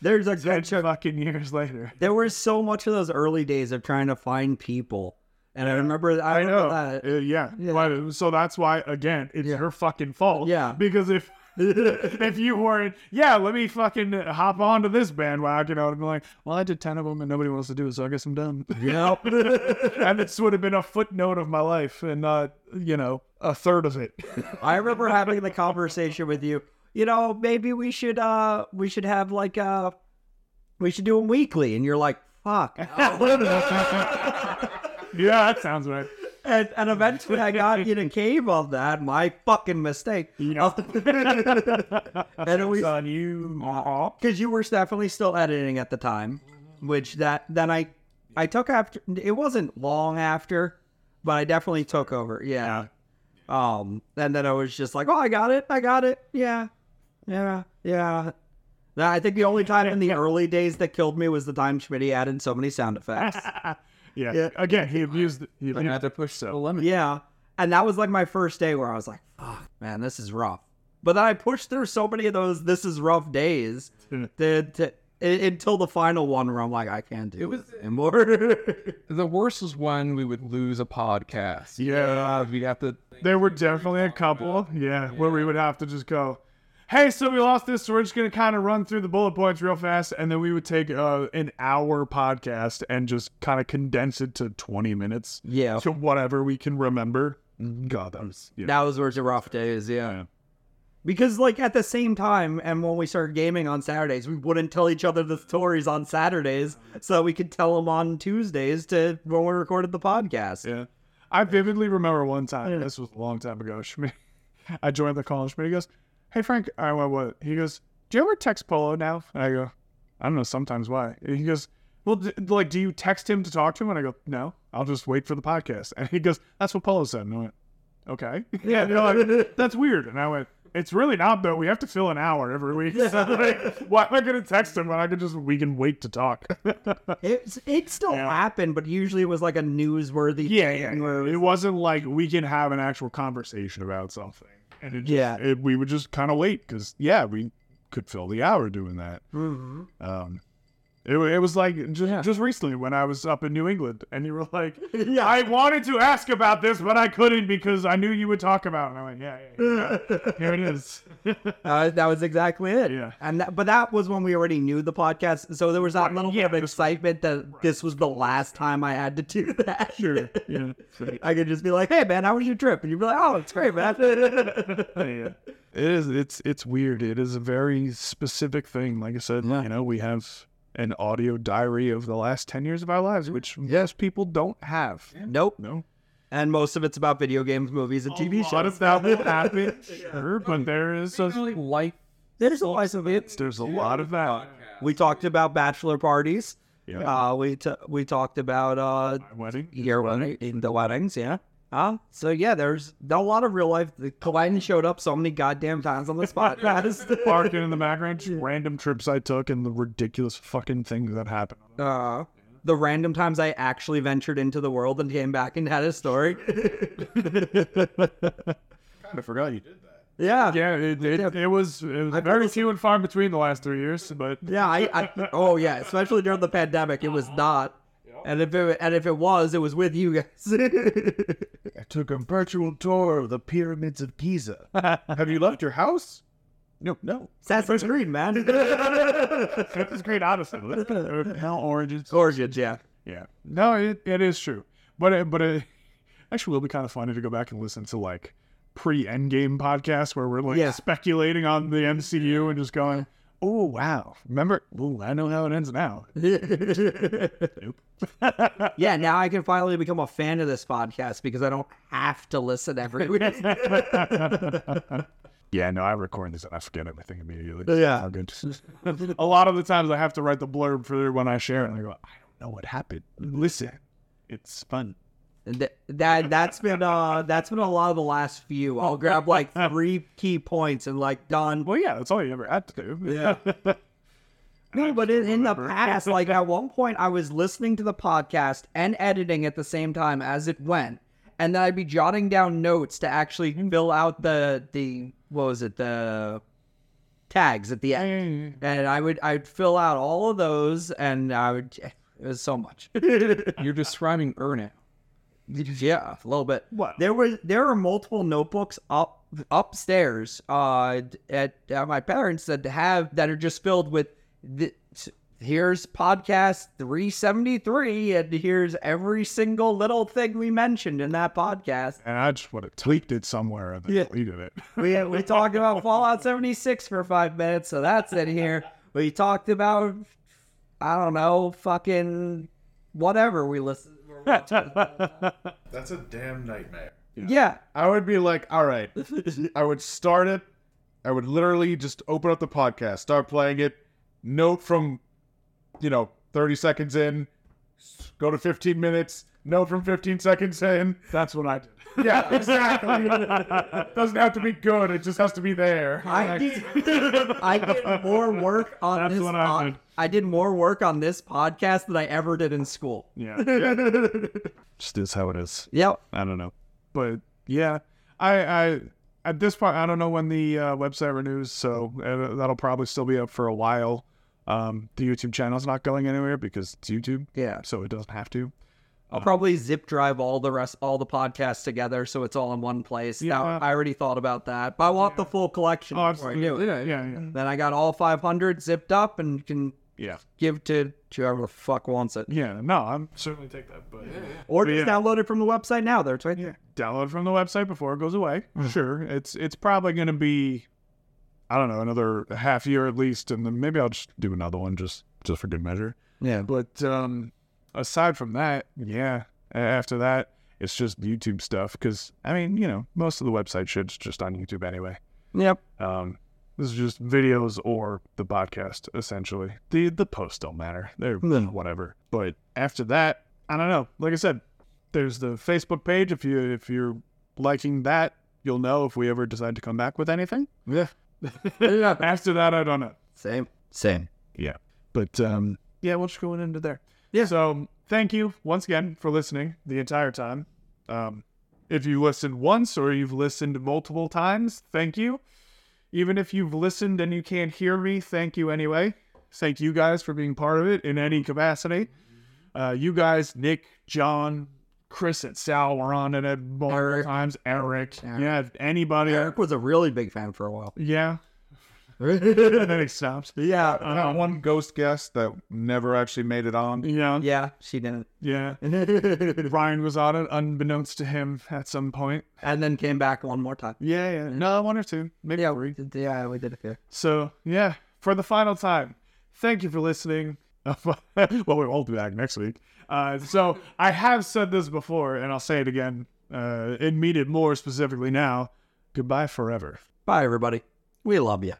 Speaker 2: There's a good chunk.
Speaker 5: fucking years later.
Speaker 2: There was so much of those early days of trying to find people. And I remember, I,
Speaker 5: I
Speaker 2: remember
Speaker 5: know.
Speaker 2: that.
Speaker 5: *laughs* Uh, yeah.
Speaker 2: Yeah.
Speaker 5: But- so that's why, again, it's her fucking fault.
Speaker 2: Yeah.
Speaker 5: Because if *laughs* if you weren't, yeah, let me fucking hop onto this bandwagon, I would have been like, well, I did 10 of them and nobody wants to do it, so I guess I'm done.
Speaker 2: Yep.
Speaker 5: *laughs* and this would have been a footnote of my life and not, you know, a third of it. *laughs*
Speaker 2: I remember having the conversation with you. You know, maybe we should uh we should have like uh we should do them weekly and you're like, fuck.
Speaker 5: yeah, that sounds right.
Speaker 2: and, and eventually I got you to cave on that, my fucking mistake. *laughs* and it was
Speaker 5: on you. Aw.
Speaker 2: because you were definitely still editing at the time, which that then I I took after. It wasn't long after, but I definitely took over. Yeah. Um, and then I was just like, oh, I got it, I got it. Yeah, yeah, yeah. Now, I think the only time in the early days that killed me was the time Schmidt added so many sound effects.
Speaker 5: Yeah. Again, he abused. He
Speaker 6: I had
Speaker 5: abused
Speaker 6: to push the limit.
Speaker 2: yeah, and that was like my first day where I was like, fuck, man, this is rough. But then I pushed through so many of those this is rough
Speaker 5: *laughs*
Speaker 2: days. the, to, u- until the final one where I'm like, I can't do it
Speaker 6: was-
Speaker 2: anymore. *laughs*
Speaker 6: The worst was when we would lose a podcast.
Speaker 5: Yeah.
Speaker 6: Uh, we'd have to.
Speaker 5: There were definitely a couple, yeah, where we would have to just go, hey, so we lost this, so we're just gonna kind of run through the bullet points real fast, and then we would take uh, an hour podcast and just kind of condense it to twenty minutes
Speaker 2: yeah,
Speaker 5: to whatever we can remember. Mm-hmm. God, that was yeah.
Speaker 2: that was where the rough days. Yeah.
Speaker 5: Yeah.
Speaker 2: because like at the same time, and when we started gaming on Saturdays, we wouldn't tell each other the stories on Saturdays, so we could tell them on Tuesdays to when we recorded the podcast.
Speaker 5: Yeah. I vividly remember one time, this was a long time ago, *laughs* Schmidt. I joined the call and Schmidt goes, Hey Frank, I went what? He goes, Do you ever text Polo now? And I go, I don't know, sometimes why. And he goes, Well, d- like, do you text him to talk to him? And I go, No, I'll just wait for the podcast. And he goes, That's what Polo said. And I went, Okay. *laughs* Yeah. And they're like, That's weird. And I went, It's really not though. We have to fill an hour every week. *laughs* So, like, why am I gonna text him when I could just we can wait to talk? *laughs*
Speaker 2: It's it still happened, but usually it was like a newsworthy.
Speaker 5: Yeah, yeah.
Speaker 2: thing where it
Speaker 5: It
Speaker 2: was-
Speaker 5: wasn't like we can have an actual conversation about something. And it just,
Speaker 2: Yeah.
Speaker 5: it, we would just kind of wait because, yeah, we could fill the hour doing that.
Speaker 2: Mm-hmm.
Speaker 5: Um, it, wa- it was like just, just recently when I was up in New England and you were like,
Speaker 2: *laughs* Yeah.
Speaker 5: I wanted to ask about this, but I couldn't because I knew you would talk about it. And I went, yeah, yeah,
Speaker 2: *laughs*
Speaker 5: yeah. here it is.
Speaker 2: Uh, that was exactly it.
Speaker 5: Yeah.
Speaker 2: And that, but that was when we already knew the podcast, so there was that little
Speaker 5: yeah,
Speaker 2: bit of
Speaker 5: this-
Speaker 2: excitement that this was the last time I had to do *laughs* that.
Speaker 5: Sure. Yeah.
Speaker 2: I could just be like, "Hey, man, how was your trip?" And you'd be like, "Oh, it's great, man."
Speaker 5: *laughs* yeah. It is. It's it's weird. It is a very specific thing. Like I said, you know, we have an audio diary of the last ten years of our lives, which most people don't have.
Speaker 2: nope.
Speaker 5: No.
Speaker 2: and most of it's about video games, movies, and TV
Speaker 5: lot
Speaker 2: shows.
Speaker 5: of that will happen, sure, but there is a,
Speaker 6: really like
Speaker 2: There's always of it.
Speaker 5: there's a lot of that.
Speaker 2: We talked about bachelor parties. Uh, we t- we talked about uh,
Speaker 5: Wedding.
Speaker 2: your wedding, in the weddings, yeah. Uh, so yeah, there's a lot of real life. The Klein showed up so many goddamn times on the
Speaker 5: *laughs*
Speaker 2: spot. That is the-
Speaker 5: Parking *laughs* in the background, just random trips I took, and the ridiculous fucking things that *laughs* happened.
Speaker 2: uh, the random times I actually ventured into the world and came back and had a story.
Speaker 7: I forgot you did that.
Speaker 2: Yeah,
Speaker 5: Yeah, it, it, it was, it was very few and far between the last three years, but
Speaker 2: Yeah, I, I oh yeah, especially during the pandemic, it was not. And if it and if it was, it was with you guys. *laughs*
Speaker 7: I took a virtual tour of the pyramids
Speaker 5: *laughs*
Speaker 7: of Giza. Have you left your house? No, no.
Speaker 2: Assassin's Creed,
Speaker 5: *laughs*
Speaker 2: man.
Speaker 5: This is great,
Speaker 7: *laughs*
Speaker 5: honestly. Hell, oranges.
Speaker 2: Gorgeous, yeah.
Speaker 5: Yeah. No, it, it is true. But it, but it *laughs* actually will be kind of funny to go back and listen to like pre Endgame podcasts where we're like
Speaker 2: Yeah.
Speaker 5: speculating on the MCU and just going, oh wow, remember? Ooh, I know how it ends
Speaker 7: *laughs*
Speaker 5: now. *laughs*
Speaker 2: Yeah, now I can finally become a fan of this podcast because I don't have to listen every week.
Speaker 5: *laughs* Yeah, no, I record this and I forget everything immediately.
Speaker 2: Yeah.
Speaker 5: How good. a lot of the times I have to write the blurb for when I share it, and I go, I don't know what happened. Listen, it's fun.
Speaker 2: Th- that that's been uh that's been a lot of the last few. I'll grab like three key points and like done.
Speaker 5: Well, yeah, that's all you ever had to do.
Speaker 2: Yeah. No, but in, in
Speaker 6: *laughs*
Speaker 2: the past, like at one point, I was listening to the podcast and editing at the same time as it went, and then I'd be jotting down notes to actually
Speaker 6: Mm.
Speaker 2: fill out the the what was it the tags at the end,
Speaker 6: Mm.
Speaker 2: and I would I'd fill out all of those, and I would it was so much.
Speaker 6: *laughs* you're describing Erna.
Speaker 2: Yeah, a little bit.
Speaker 5: Wow.
Speaker 2: There was there were multiple notebooks up upstairs uh at, at my parents that have that are just filled with the, here's podcast 373 and here's every single little thing we mentioned in that podcast.
Speaker 5: *laughs* And I just would have tweaked it somewhere and then
Speaker 2: Yeah.
Speaker 5: deleted it.
Speaker 2: We we talked about Fallout 76 for 5 minutes, so that's in here. We talked about I don't know, fucking whatever we listened
Speaker 7: That's a damn nightmare.
Speaker 2: yeah.
Speaker 7: I would be like, all right. I would start it. I would literally just open up the podcast, start playing it, note from, you know, 30 seconds in, go to 15 minutes, note from 15 seconds in.
Speaker 5: That's what I did.
Speaker 7: Yeah, exactly. *laughs* Doesn't have to be good. It just has to be there.
Speaker 2: I did, I did more work on
Speaker 5: That's
Speaker 2: this.
Speaker 5: what I
Speaker 2: pod-
Speaker 5: did.
Speaker 2: I did more work on this podcast than I ever did in school.
Speaker 5: Yeah.
Speaker 2: *laughs*
Speaker 5: just is how it is.
Speaker 2: Yep.
Speaker 5: I don't know. But yeah, I, I at this point, I don't know when the uh, website renews, so uh, that'll probably still be up for a while. Um, the YouTube channel's not going anywhere because it's YouTube,
Speaker 2: Yeah.
Speaker 5: so it doesn't have to.
Speaker 2: I'll probably zip drive all the rest, all the podcasts together, so it's all in one place. Yeah.
Speaker 5: Yeah.
Speaker 2: I already thought about that, but I want the full collection.
Speaker 5: Oh,
Speaker 2: before I do it.
Speaker 5: Yeah, yeah, yeah.
Speaker 2: Then I got all 500 zipped up and can
Speaker 5: yeah.
Speaker 2: give to to whoever the fuck wants it,
Speaker 5: Yeah, no, I'm certainly take that, but
Speaker 2: or just
Speaker 5: Yeah.
Speaker 2: download it from the website now. There, it's right there.
Speaker 5: download from the website before it goes away. Sure, it's it's probably going to be, I don't know, another half year at least, and then maybe I'll just do another one just just for good measure.
Speaker 2: Yeah.
Speaker 5: But um, aside from that, yeah, a- after that, it's just YouTube stuff because I mean, you know, most of the website shit's just on YouTube anyway.
Speaker 2: *laughs* Yep.
Speaker 5: Um, this is just videos or the podcast essentially. The the posts don't matter. They're whatever. But after that, I don't know. Like I said, there's the Facebook page. If you if you're liking that, you'll know if we ever decide to come back with anything.
Speaker 2: Yeah.
Speaker 5: After that, I don't know.
Speaker 2: Same. Same.
Speaker 5: Yeah. But um yeah, we'll just go in into there.
Speaker 2: Yeah.
Speaker 5: So thank you once again for listening the entire time. Um if you listened once or you've listened multiple times, thank you. Even if you've listened and you can't hear me, thank you anyway. Thank you guys for being part of it in any capacity. Uh, you guys, Nick, John, Chris, and Sal were on it at multiple
Speaker 2: Eric.
Speaker 5: times. Eric, yeah, anybody,
Speaker 2: Eric was a really big fan for a while.
Speaker 5: yeah.
Speaker 2: *laughs*
Speaker 5: and then he stopped.
Speaker 2: Yeah.
Speaker 7: Uh, one ghost guest that never actually made it on.
Speaker 5: Yeah,
Speaker 2: Yeah. She didn't.
Speaker 5: yeah. Ryan was on it, unbeknownst to him, at some point.
Speaker 2: and then came back one more time.
Speaker 5: Yeah, yeah. No, one or two, maybe
Speaker 2: Yeah,
Speaker 5: three.
Speaker 2: we, yeah, we did it here.
Speaker 5: So, yeah, for the final time, thank you for listening. well, we won't be back next week. Uh, so, I have said this before, and I'll say it again uh, and mean it more specifically now. Goodbye forever.
Speaker 2: Bye, everybody. We love you.